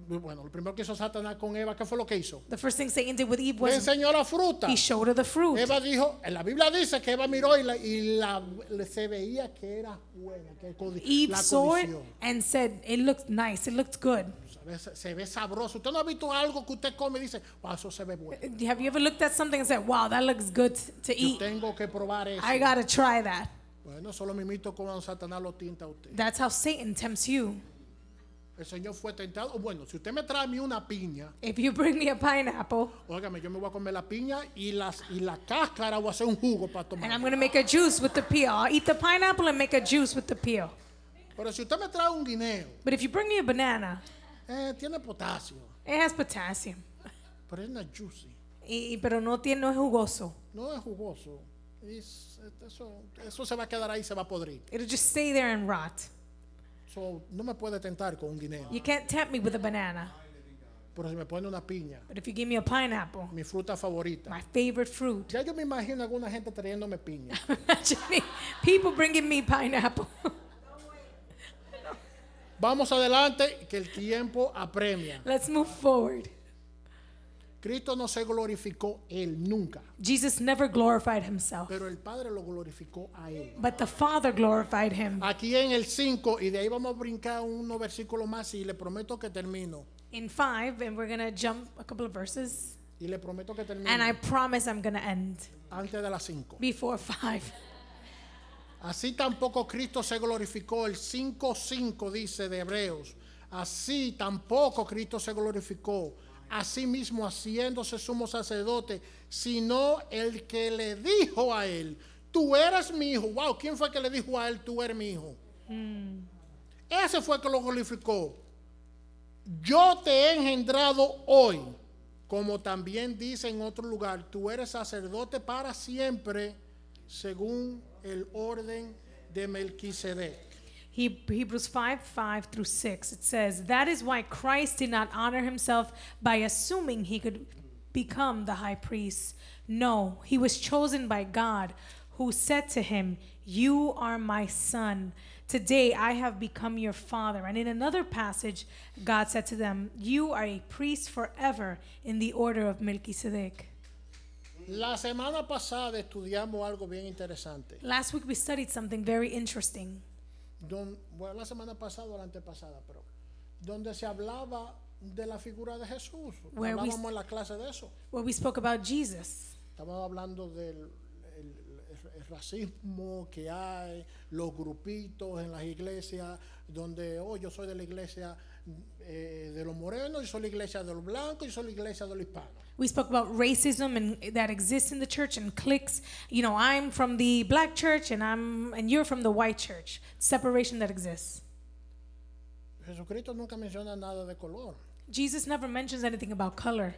S1: bueno, lo primero que hizo Satanás con Eva, ¿qué fue lo que hizo?
S2: The first thing Satan did with Eve
S1: Le
S2: was
S1: enseñó la fruta.
S2: he showed her the fruit.
S1: Eva dijo, en la Biblia dice que Eva miró y, la, y la- le- se veía que era buena, que codi-
S2: Eve
S1: la
S2: saw it
S1: codició.
S2: and said, It looked nice, it looked good.
S1: Se ve, se ve sabroso. Usted no ha visto algo que usted come y dice, "Wow, eso se ve bueno.
S2: Have you ever looked at something and said, Wow, that looks good to
S1: Yo
S2: eat?
S1: tengo que probar eso.
S2: I gotta try that.
S1: Bueno, Pues solo mimito como Satanás lo tinta a usted.
S2: That's how Satan tempts you.
S1: El Señor fue tentado. Bueno, si usted me trae a mí una piña,
S2: If you bring me a pineapple
S1: óigame, yo me voy a comer la piña y, las, y la cáscara voy a hacer un jugo para
S2: and
S1: tomar.
S2: I'm gonna make a juice with the peel, I'll eat the pineapple and make a juice with the peel.
S1: Pero si usted me trae un guineo,
S2: But if you bring me a banana,
S1: eh, tiene potasio,
S2: it has potassium.
S1: pero es una juicy.
S2: Y, pero no tiene, no es jugoso.
S1: No es jugoso. Es- eso, eso se va a quedar ahí, se va a podrir.
S2: It'll just stay there and rot.
S1: So, no me puede tentar con un guineo.
S2: You can't tempt me with a banana.
S1: Pero si me pone una piña,
S2: But if you give me a pineapple,
S1: mi fruta favorita.
S2: my favorite fruit, *laughs*
S1: Ya yo me imagino alguna gente trayéndome piña.
S2: Imagine people bringing me pineapple. *laughs*
S1: Vamos adelante, que el tiempo apremia.
S2: Let's move forward.
S1: Cristo no se glorificó él nunca,
S2: Jesus never glorified himself,
S1: pero el Padre lo glorificó a él.
S2: but the Father glorified him.
S1: Aquí en el 5, y de ahí vamos a brincar unos versículos más y le prometo que termino.
S2: In 5, and we're going to jump a couple of verses,
S1: Y le prometo que termino
S2: and I promise I'm going to end
S1: antes de las 5.
S2: before *laughs* 5.
S1: Así tampoco Cristo se glorificó. El 5.5 dice de Hebreos. Así tampoco Cristo se glorificó. Así mismo haciéndose sumo sacerdote, sino el que le dijo a él, tú eres mi hijo. Wow, ¿quién fue que le dijo a él, tú eres mi hijo? Ese fue el que lo glorificó. Yo te he engendrado hoy, como también dice en otro lugar, tú eres sacerdote para siempre, según el orden de Melquisedec.
S2: He, Hebrews 5 5 through 6. It says, That is why Christ did not honor himself by assuming he could become the high priest. No, he was chosen by God, who said to him, You are my son. Today I have become your father. And in another passage, God said to them, You are a priest forever in the order of Melchizedek.
S1: La semana pasada estudiamos algo bien interesante.
S2: Last week we studied something very interesting.
S1: Don- bueno, la semana pasada o la antepasada, pero donde se hablaba de la figura de Jesús.
S2: Where we-
S1: Hablábamos en la clase de eso.
S2: where we spoke about Jesus.
S1: Estamos hablando del el- el- el racismo que hay, los grupitos en las iglesias, donde, oh, yo soy de la iglesia eh, de los morenos, yo soy de la iglesia de los blancos, yo soy de la iglesia de los hispanos.
S2: We spoke about racism and that exists in the church and cliques. You know, I'm from the black church and I'm and you're from the white church. Separation that exists.
S1: Jesucristo nunca menciona nada de color,
S2: Jesus never mentions anything about color.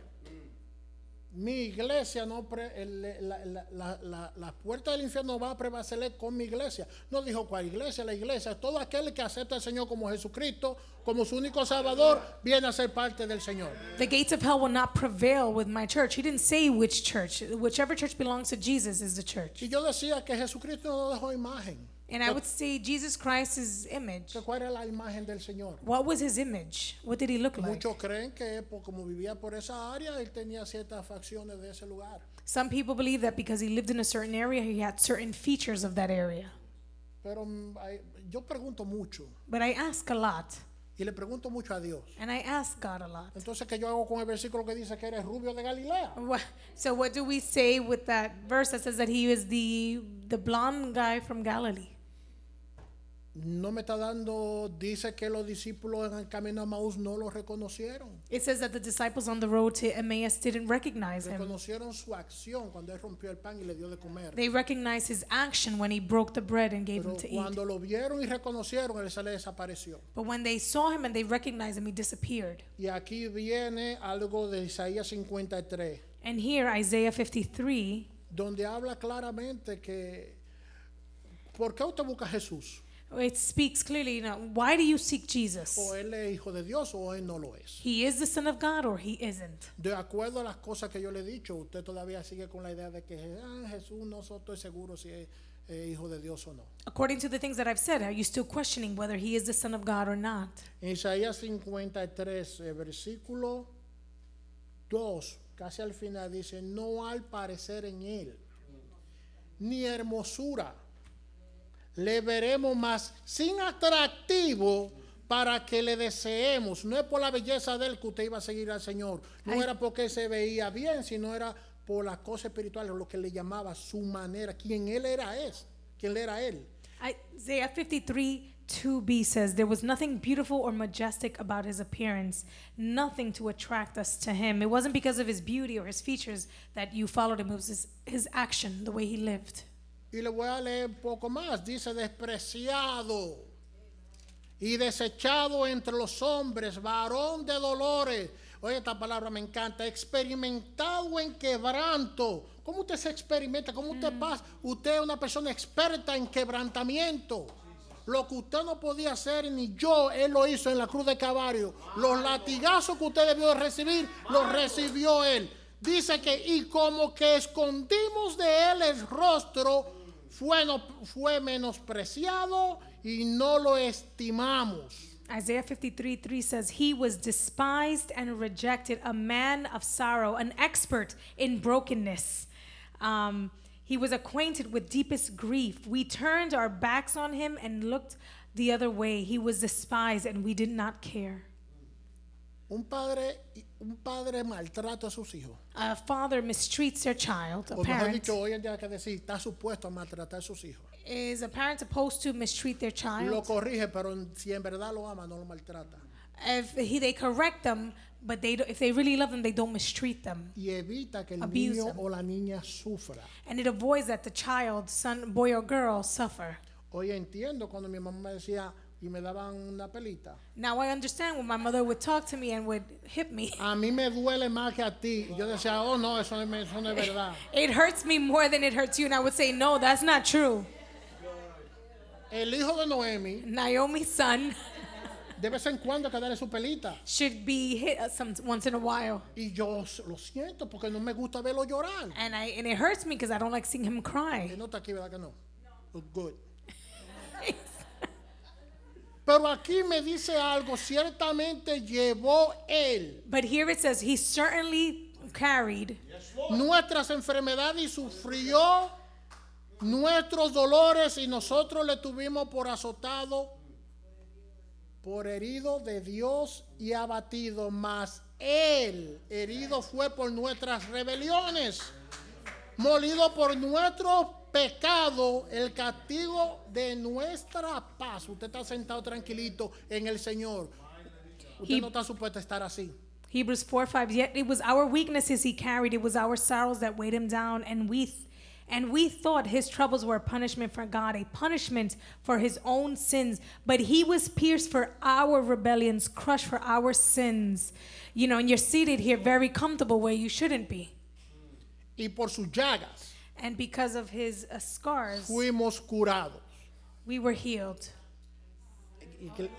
S1: mi iglesia no pre- el- la, la- la- la- la puerta del infierno va a prevalecer con mi iglesia. No dijo cuál iglesia, la iglesia. Todo aquel que acepta al Señor como Jesucristo, como su único Salvador, viene a ser parte del Señor.
S2: The gates of hell will not prevail with my church. He didn't say which church. Whichever church belongs to Jesus is the church.
S1: Y yo decía que Jesucristo no dejó imagen.
S2: And I would say Jesus Christ is image.
S1: ¿Que ¿Cuál era la imagen del Señor?
S2: What was his image? What did he look like?
S1: Muchos creen que por- como vivía por esa área, él tenía ciertas facciones de ese lugar.
S2: Some people believe that because he lived in a certain area, he had certain features of that area.
S1: Pero mm, hay- yo pregunto mucho
S2: But I ask a lot,
S1: y le pregunto mucho a Dios.
S2: and I ask God a lot.
S1: Entonces, ¿qué yo hago con el versículo que dice que eres rubio de Galilea?
S2: Wha- So what do we say with that verse that says that he is the the blonde guy from Galilee?
S1: No me está dando, dice que los discípulos en el camino a Maús no lo reconocieron.
S2: It says that the disciples on the road to Emmaus didn't recognize him.
S1: Reconocieron su acción cuando él rompió el pan y le dio de comer.
S2: They recognized his action when he broke the bread and gave
S1: Pero
S2: him to eat.
S1: cuando lo vieron y reconocieron, él se le desapareció.
S2: But when they saw him and they recognized him, he disappeared.
S1: Y aquí viene algo de Isaías 53.
S2: And here Isaiah 53,
S1: donde habla claramente que ¿por qué usted busca a Jesús?
S2: it speaks clearly, you know, why do you seek Jesus?
S1: O él es hijo de Dios o él no lo es.
S2: He is the son of God or he isn't.
S1: De acuerdo a las cosas que yo le he dicho, usted todavía sigue con la idea de que "Ah, Jesús no so- estoy seguro si es eh, hijo de Dios o no.
S2: According to the things that I've said, are you still questioning whether he is the son of God or not?
S1: En Isaías 53, eh, versículo 2, casi al final dice, no hay parecer en él, ni hermosura. Le veremos más sin atractivo para que le deseemos. No es por la belleza de él que usted iba a seguir al Señor. No
S2: Ay.
S1: era porque se veía bien, sino era por las cosas espirituales, lo que le llamaba su manera, quien él era es, quien era él.
S2: Isaiah 53 2b says, There was nothing beautiful or majestic about his appearance, nothing to attract us to him. It wasn't because of his beauty or his features that you followed him, it was his, his action, the way he lived.
S1: Y le voy a leer un poco más. Dice, despreciado y desechado entre los hombres, varón de dolores. Oye, esta palabra me encanta. Experimentado en quebranto. ¿Cómo usted se experimenta? ¿Cómo usted pasa? Usted es una persona experta en quebrantamiento. Lo que usted no podía hacer, ni yo, él lo hizo en la cruz de Calvario. Los latigazos que usted debió recibir, los recibió él. Dice que, y como que escondimos de él el rostro, fue, no- fue menospreciado y no lo estimamos.
S2: Isaiah 53 3 says, He was despised and rejected, a man of sorrow, an expert in brokenness. Um, he was acquainted with deepest grief. We turned our backs on him and looked the other way. He was despised and we did not care.
S1: Un padre, un padre maltrata a sus hijos.
S2: A father mistreats their child, a
S1: O mejor
S2: parent.
S1: dicho, hoy en día hay que decir, está supuesto a maltratar a sus hijos.
S2: Is a parent supposed to mistreat their
S1: Lo
S2: child?
S1: corrige, pero en- si en verdad lo ama, no lo maltrata.
S2: If he, they correct them, but they do, if they really love them, they don't mistreat them.
S1: Y evita que el
S2: Abuse
S1: niño
S2: them.
S1: o la niña sufra.
S2: And it avoids that the child, son, boy or girl, suffer.
S1: Hoy entiendo cuando mi mamá me decía y me daban una pelita.
S2: Now I understand when my mother would talk to me and would hit me. *laughs*
S1: A mí me duele más que a ti. Y yo decía, oh no, eso no, es- eso no es verdad.
S2: It hurts me more than it hurts you, and I would say, No, that's not true.
S1: El hijo de Noemi,
S2: Naomi's son
S1: de vez en cuando hay que darle su pelita.
S2: should be hit uh, some, once in a while.
S1: Y yo s- lo siento porque no me gusta verlo llorar.
S2: And, I, and it hurts me because I don't like seeing him
S1: Él
S2: cry. *laughs*
S1: no está aquí, ¿verdad que no? Oh, Good. Pero aquí me dice algo, ciertamente llevó él
S2: But here it says, He certainly carried
S1: nuestras enfermedades y sufrió nuestros dolores y nosotros le tuvimos por azotado, por herido de Dios y abatido, mas él herido fue por nuestras rebeliones, molido por nuestro pecado, el castigo de nuestra paz. Usted está sentado tranquilito en el Señor. Usted
S2: Y-
S1: no está supuesto a estar así.
S2: Hebrews 4 5. Yet it was our weaknesses he carried, it was our sorrows that weighed him down, and we and we thought his troubles were a punishment for God, a punishment for his own sins. But he was pierced for our rebellions, crushed for our sins. You know, and you're seated here very comfortable where you shouldn't be.
S1: y por sus llagas
S2: and because of his uh, scars,
S1: fuimos curados.
S2: we were healed.
S1: Y que-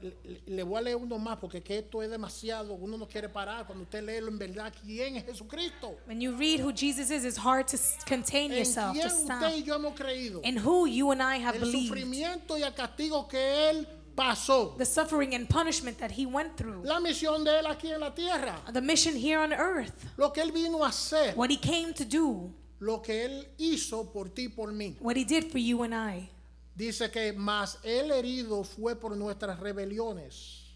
S1: le, le voy a leer uno más porque es que esto es demasiado, uno no quiere parar cuando usted lee en verdad quién es Jesucristo.
S2: When you read who Jesus is, it's hard to s- contain
S1: En
S2: yourself,
S1: quién
S2: to
S1: usted
S2: stop.
S1: y yo hemos creído.
S2: In who you and I have
S1: El
S2: believed,
S1: sufrimiento y el castigo que él pasó.
S2: the suffering and punishment that he went through,
S1: La misión de él aquí en la tierra,
S2: the mission here on earth,
S1: lo que él vino a hacer,
S2: what he came to do,
S1: lo que él hizo por ti y por mí.
S2: what he did for you and I.
S1: Dice que más el herido fue por nuestras rebeliones,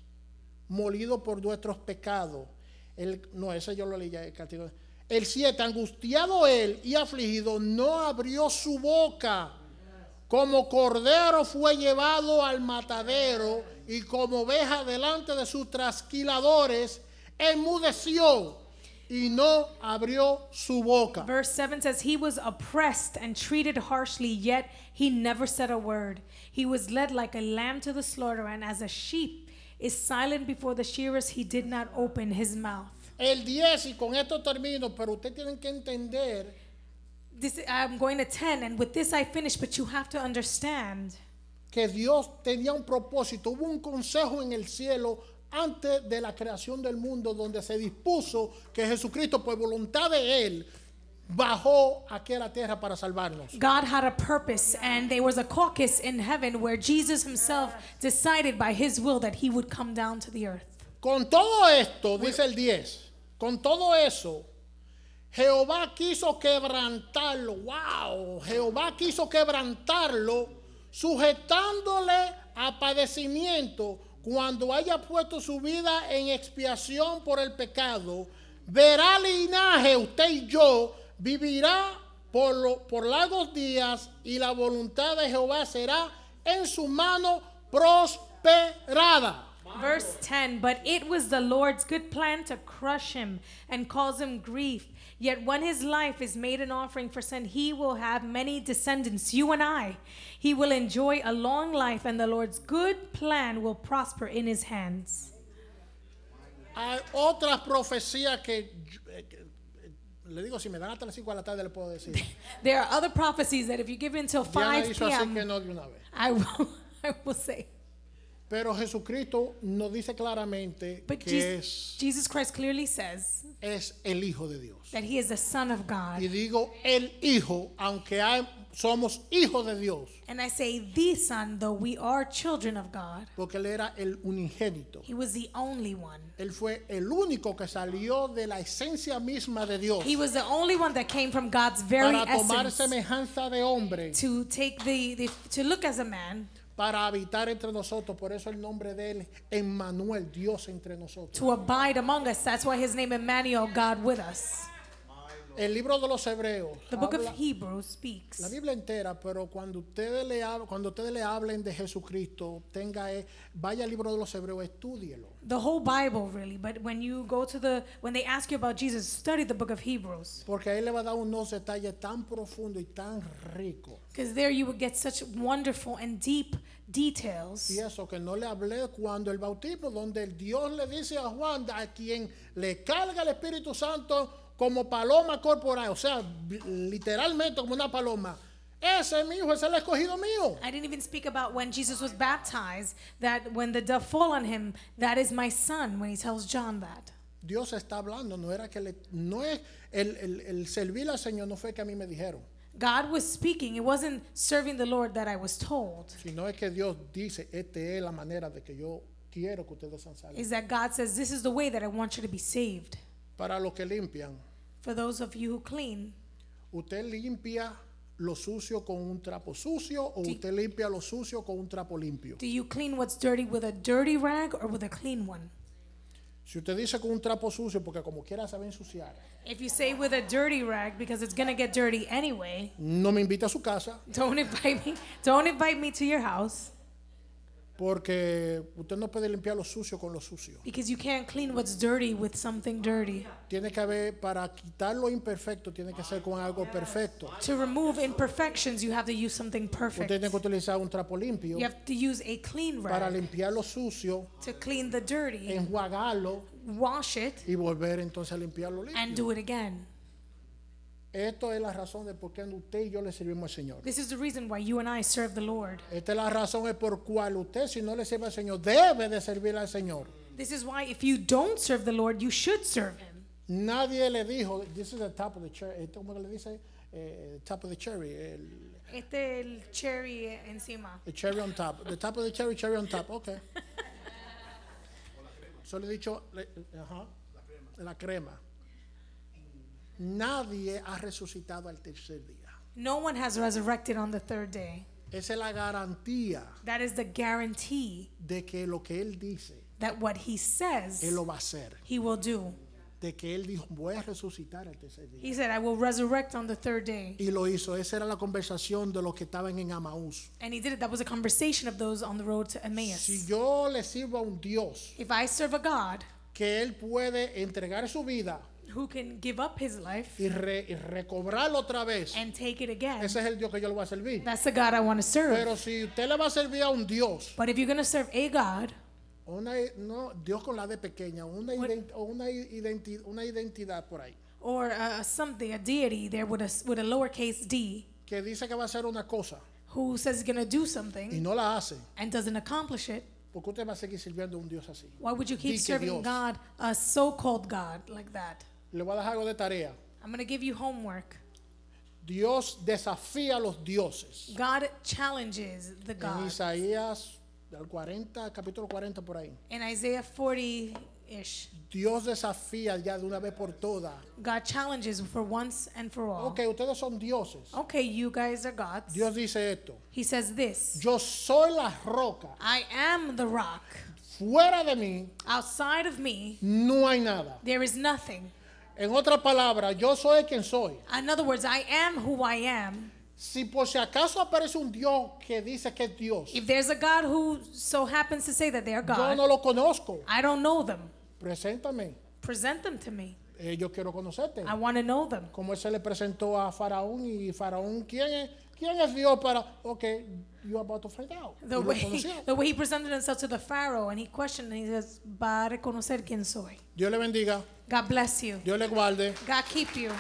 S1: molido por nuestros pecados. El, no, ese yo lo leí ya. El, castigo. el 7, angustiado él y afligido, no abrió su boca. Como cordero fue llevado al matadero y como oveja delante de sus trasquiladores, enmudeció y no abrió su boca.
S2: Verse 7 says, He was oppressed and treated harshly, yet he never said a word. He was led like a lamb to the slaughter, and as a sheep is silent before the shearers, he did not open his mouth.
S1: El 10, y con esto termino, pero ustedes tienen que entender
S2: This, I'm going to 10, and with this I finish, but you have to understand
S1: que Dios tenía un propósito, hubo un consejo en el cielo antes de la creación del mundo donde se dispuso que Jesucristo por voluntad de él bajó aquí a la tierra para salvarnos.
S2: God had a purpose, and there was a caucus in heaven where Jesus himself decided by his will that he would come down to the earth.
S1: Con todo esto, dice el 10, con todo eso, Jehová quiso quebrantarlo, wow, Jehová quiso quebrantarlo, sujetándole a padecimiento cuando haya puesto su vida en expiación por el pecado, verá linaje usted y yo, vivirá por, lo- por largos días y la voluntad de Jehová será en su mano prosperada.
S2: Verse 10 But it was the Lord's good plan to crush him and cause him grief. Yet when his life is made an offering for sin, he will have many descendants, you and I. He will enjoy a long life, and the Lord's good plan will prosper in his hands.
S1: Hay otras profecías que, yo- eh, que, eh, le digo, si me dan hasta las 5 de la tarde, le puedo decir.
S2: There are other prophecies that if you give in till
S1: Diana
S2: 5
S1: hizo así que
S2: p.m.,
S1: no de una vez.
S2: I will, *laughs* I will say.
S1: Pero Jesucristo nos dice claramente
S2: But
S1: que
S2: Jesus,
S1: es,
S2: Jesus Christ clearly says
S1: es el Hijo de Dios.
S2: that he is the Son of
S1: Y
S2: God.
S1: digo el Hijo, aunque hay- somos hijos de Dios,
S2: And I say the Son, though we are children of God.
S1: porque Él era el unigénito.
S2: He was the only one.
S1: Él fue el único que salió de la esencia misma de Dios
S2: He was the only one that came from God's very
S1: para tomar
S2: essence
S1: semejanza de hombre,
S2: to take the, the to look as a man,
S1: para habitar entre nosotros. Por eso el nombre de Él, Emmanuel, Dios entre nosotros.
S2: to abide among us. That's why his name Emmanuel, God with us.
S1: El libro de los Hebreos.
S2: The book of
S1: habla-
S2: Hebrews
S1: la
S2: speaks.
S1: Biblia entera, pero cuando ustedes le hab- cuando ustedes le hablen de Jesucristo, tenga eh, vaya al libro de los Hebreos, estúdielo.
S2: The whole Bible really, but when you go to the when they ask you about Jesus, study the book of Hebrews.
S1: Porque ahí le va a dar unos detalles tan profundos y tan ricos.
S2: Because there you would get such wonderful and deep details.
S1: Y eso que no le hablé cuando el bautismo, donde el Dios le dice a Juan, a quien le carga el Espíritu Santo como paloma corporal, o sea, bi- literalmente como una paloma. Ese es mi hijo, ese es el escogido mío.
S2: I didn't even speak about when Jesus was baptized, that when the dove fall on him, that is my son, when he tells John that.
S1: Dios está hablando, no era que le, no es el, el- el servir al Señor no fue que a mí me dijeron,
S2: God was speaking. It wasn't serving the Lord that I was told.
S1: sino es que Dios dice, esta es la manera de que yo quiero que ustedes sean salvos.
S2: Is that God says, This is the way that I want you to be saved.
S1: Para los que limpian,
S2: For those of you who clean,
S1: usted limpia lo sucio con un trapo sucio o usted limpia lo sucio con un trapo limpio.
S2: do you clean what's dirty with a dirty rag or with a clean one?
S1: Si usted dice con un trapo sucio porque como quiera sabe ensuciar,
S2: If you say with a dirty rag, because it's gonna get dirty anyway,
S1: no me invita a su casa
S2: don't invite me. Don't invite me to your house
S1: porque usted no puede limpiar lo sucio con lo sucio.
S2: because you can't clean what's dirty with something dirty.
S1: Tiene que haber para quitar lo imperfecto, tiene que ser con algo perfecto.
S2: To remove imperfections, you have to use something perfect.
S1: Usted tiene que utilizar un trapo limpio
S2: You have to use a clean
S1: para
S2: rag
S1: limpiar lo sucio,
S2: to clean the dirty,
S1: enjuagarlo
S2: wash it,
S1: y volver entonces a limpiarlo limpio.
S2: and do it again.
S1: Esto es la razón de por qué usted y yo le servimos al Señor.
S2: This is the reason why you and I serve the Lord.
S1: Esta es la razón es por cual usted, si no le sirve al Señor, debe de servir al Señor.
S2: This is why if you don't serve the Lord, you should serve him.
S1: Nadie le dijo, this is the top of the cherry, esto, ¿cómo que le dice? Eh, top of the cherry, el,
S2: Este el cherry encima.
S1: el cherry on top, the top of the cherry, cherry on top, ok. Solo he dicho, le- ajá, la crema. Nadie ha resucitado al tercer día.
S2: No one has resurrected on the third day.
S1: Esa es la garantía
S2: That is the guarantee
S1: de que lo que él dice,
S2: that what he
S1: él
S2: says,
S1: lo va a hacer.
S2: he will do.
S1: De que él dijo, voy a resucitar al tercer día.
S2: He said, I will resurrect on the third day.
S1: Y lo hizo. Esa era la conversación de los que estaban en Amaús.
S2: And he did it. That was a conversation of those on the road to
S1: Si
S2: Emmaus.
S1: yo le sirvo a un Dios
S2: If I serve a God
S1: que él puede entregar su vida
S2: who can give up his life
S1: y, re- y recobrarlo otra vez,
S2: and take it again,
S1: ese es el Dios que yo le voy a servir.
S2: that's the God I want to serve.
S1: Pero si usted le va a servir a un Dios,
S2: But if you're going to serve a God,
S1: una, no, Dios con la de pequeña, una, ident- o una, identi- una identidad por ahí,
S2: or uh, something, a deity there with a, s- with a lowercase d,
S1: que dice que va a hacer una cosa
S2: who says he's going to do
S1: y
S2: something
S1: no la hace,
S2: and doesn't accomplish it,
S1: porque usted va a seguir sirviendo a un Dios así.
S2: why would you keep
S1: Di que Dios.
S2: serving God, a so called God, like that?
S1: Le voy a dejar algo de tarea.
S2: I'm going to give you homework.
S1: Dios desafía a los dioses.
S2: God challenges the
S1: En
S2: God.
S1: Isaías del 40, capítulo 40 por ahí.
S2: In Isaiah 40 ish,
S1: Dios desafía ya de una vez por todas.
S2: God challenges for once and for all.
S1: Ok, ustedes son dioses.
S2: Okay, you guys are gods.
S1: Dios dice esto.
S2: He says this
S1: Yo soy la roca.
S2: I am the rock.
S1: Fuera de mí
S2: Outside of me,
S1: no hay nada.
S2: there is nothing.
S1: En otras palabras, yo soy quien soy.
S2: In other words, I am who I am.
S1: Si por si acaso aparece un Dios que dice que es Dios,
S2: If there's a God who so happens to say that they are
S1: yo
S2: God,
S1: no lo conozco.
S2: I don't know them.
S1: Preséntame.
S2: Present them to me.
S1: Eh, yo quiero conocerte.
S2: I want to know them.
S1: Como él se le presentó a Faraón y Faraón, ¿quién es, quién es Dios para.? Ok, you are about to find out. Y
S2: The
S1: lo
S2: way, *laughs*
S1: conoció.
S2: the way he presented himself to the Pharaoh and he questioned and he says, Va a reconocer quién soy.
S1: Dios le bendiga,
S2: God bless you.
S1: Dios le guarde.
S2: God keep you.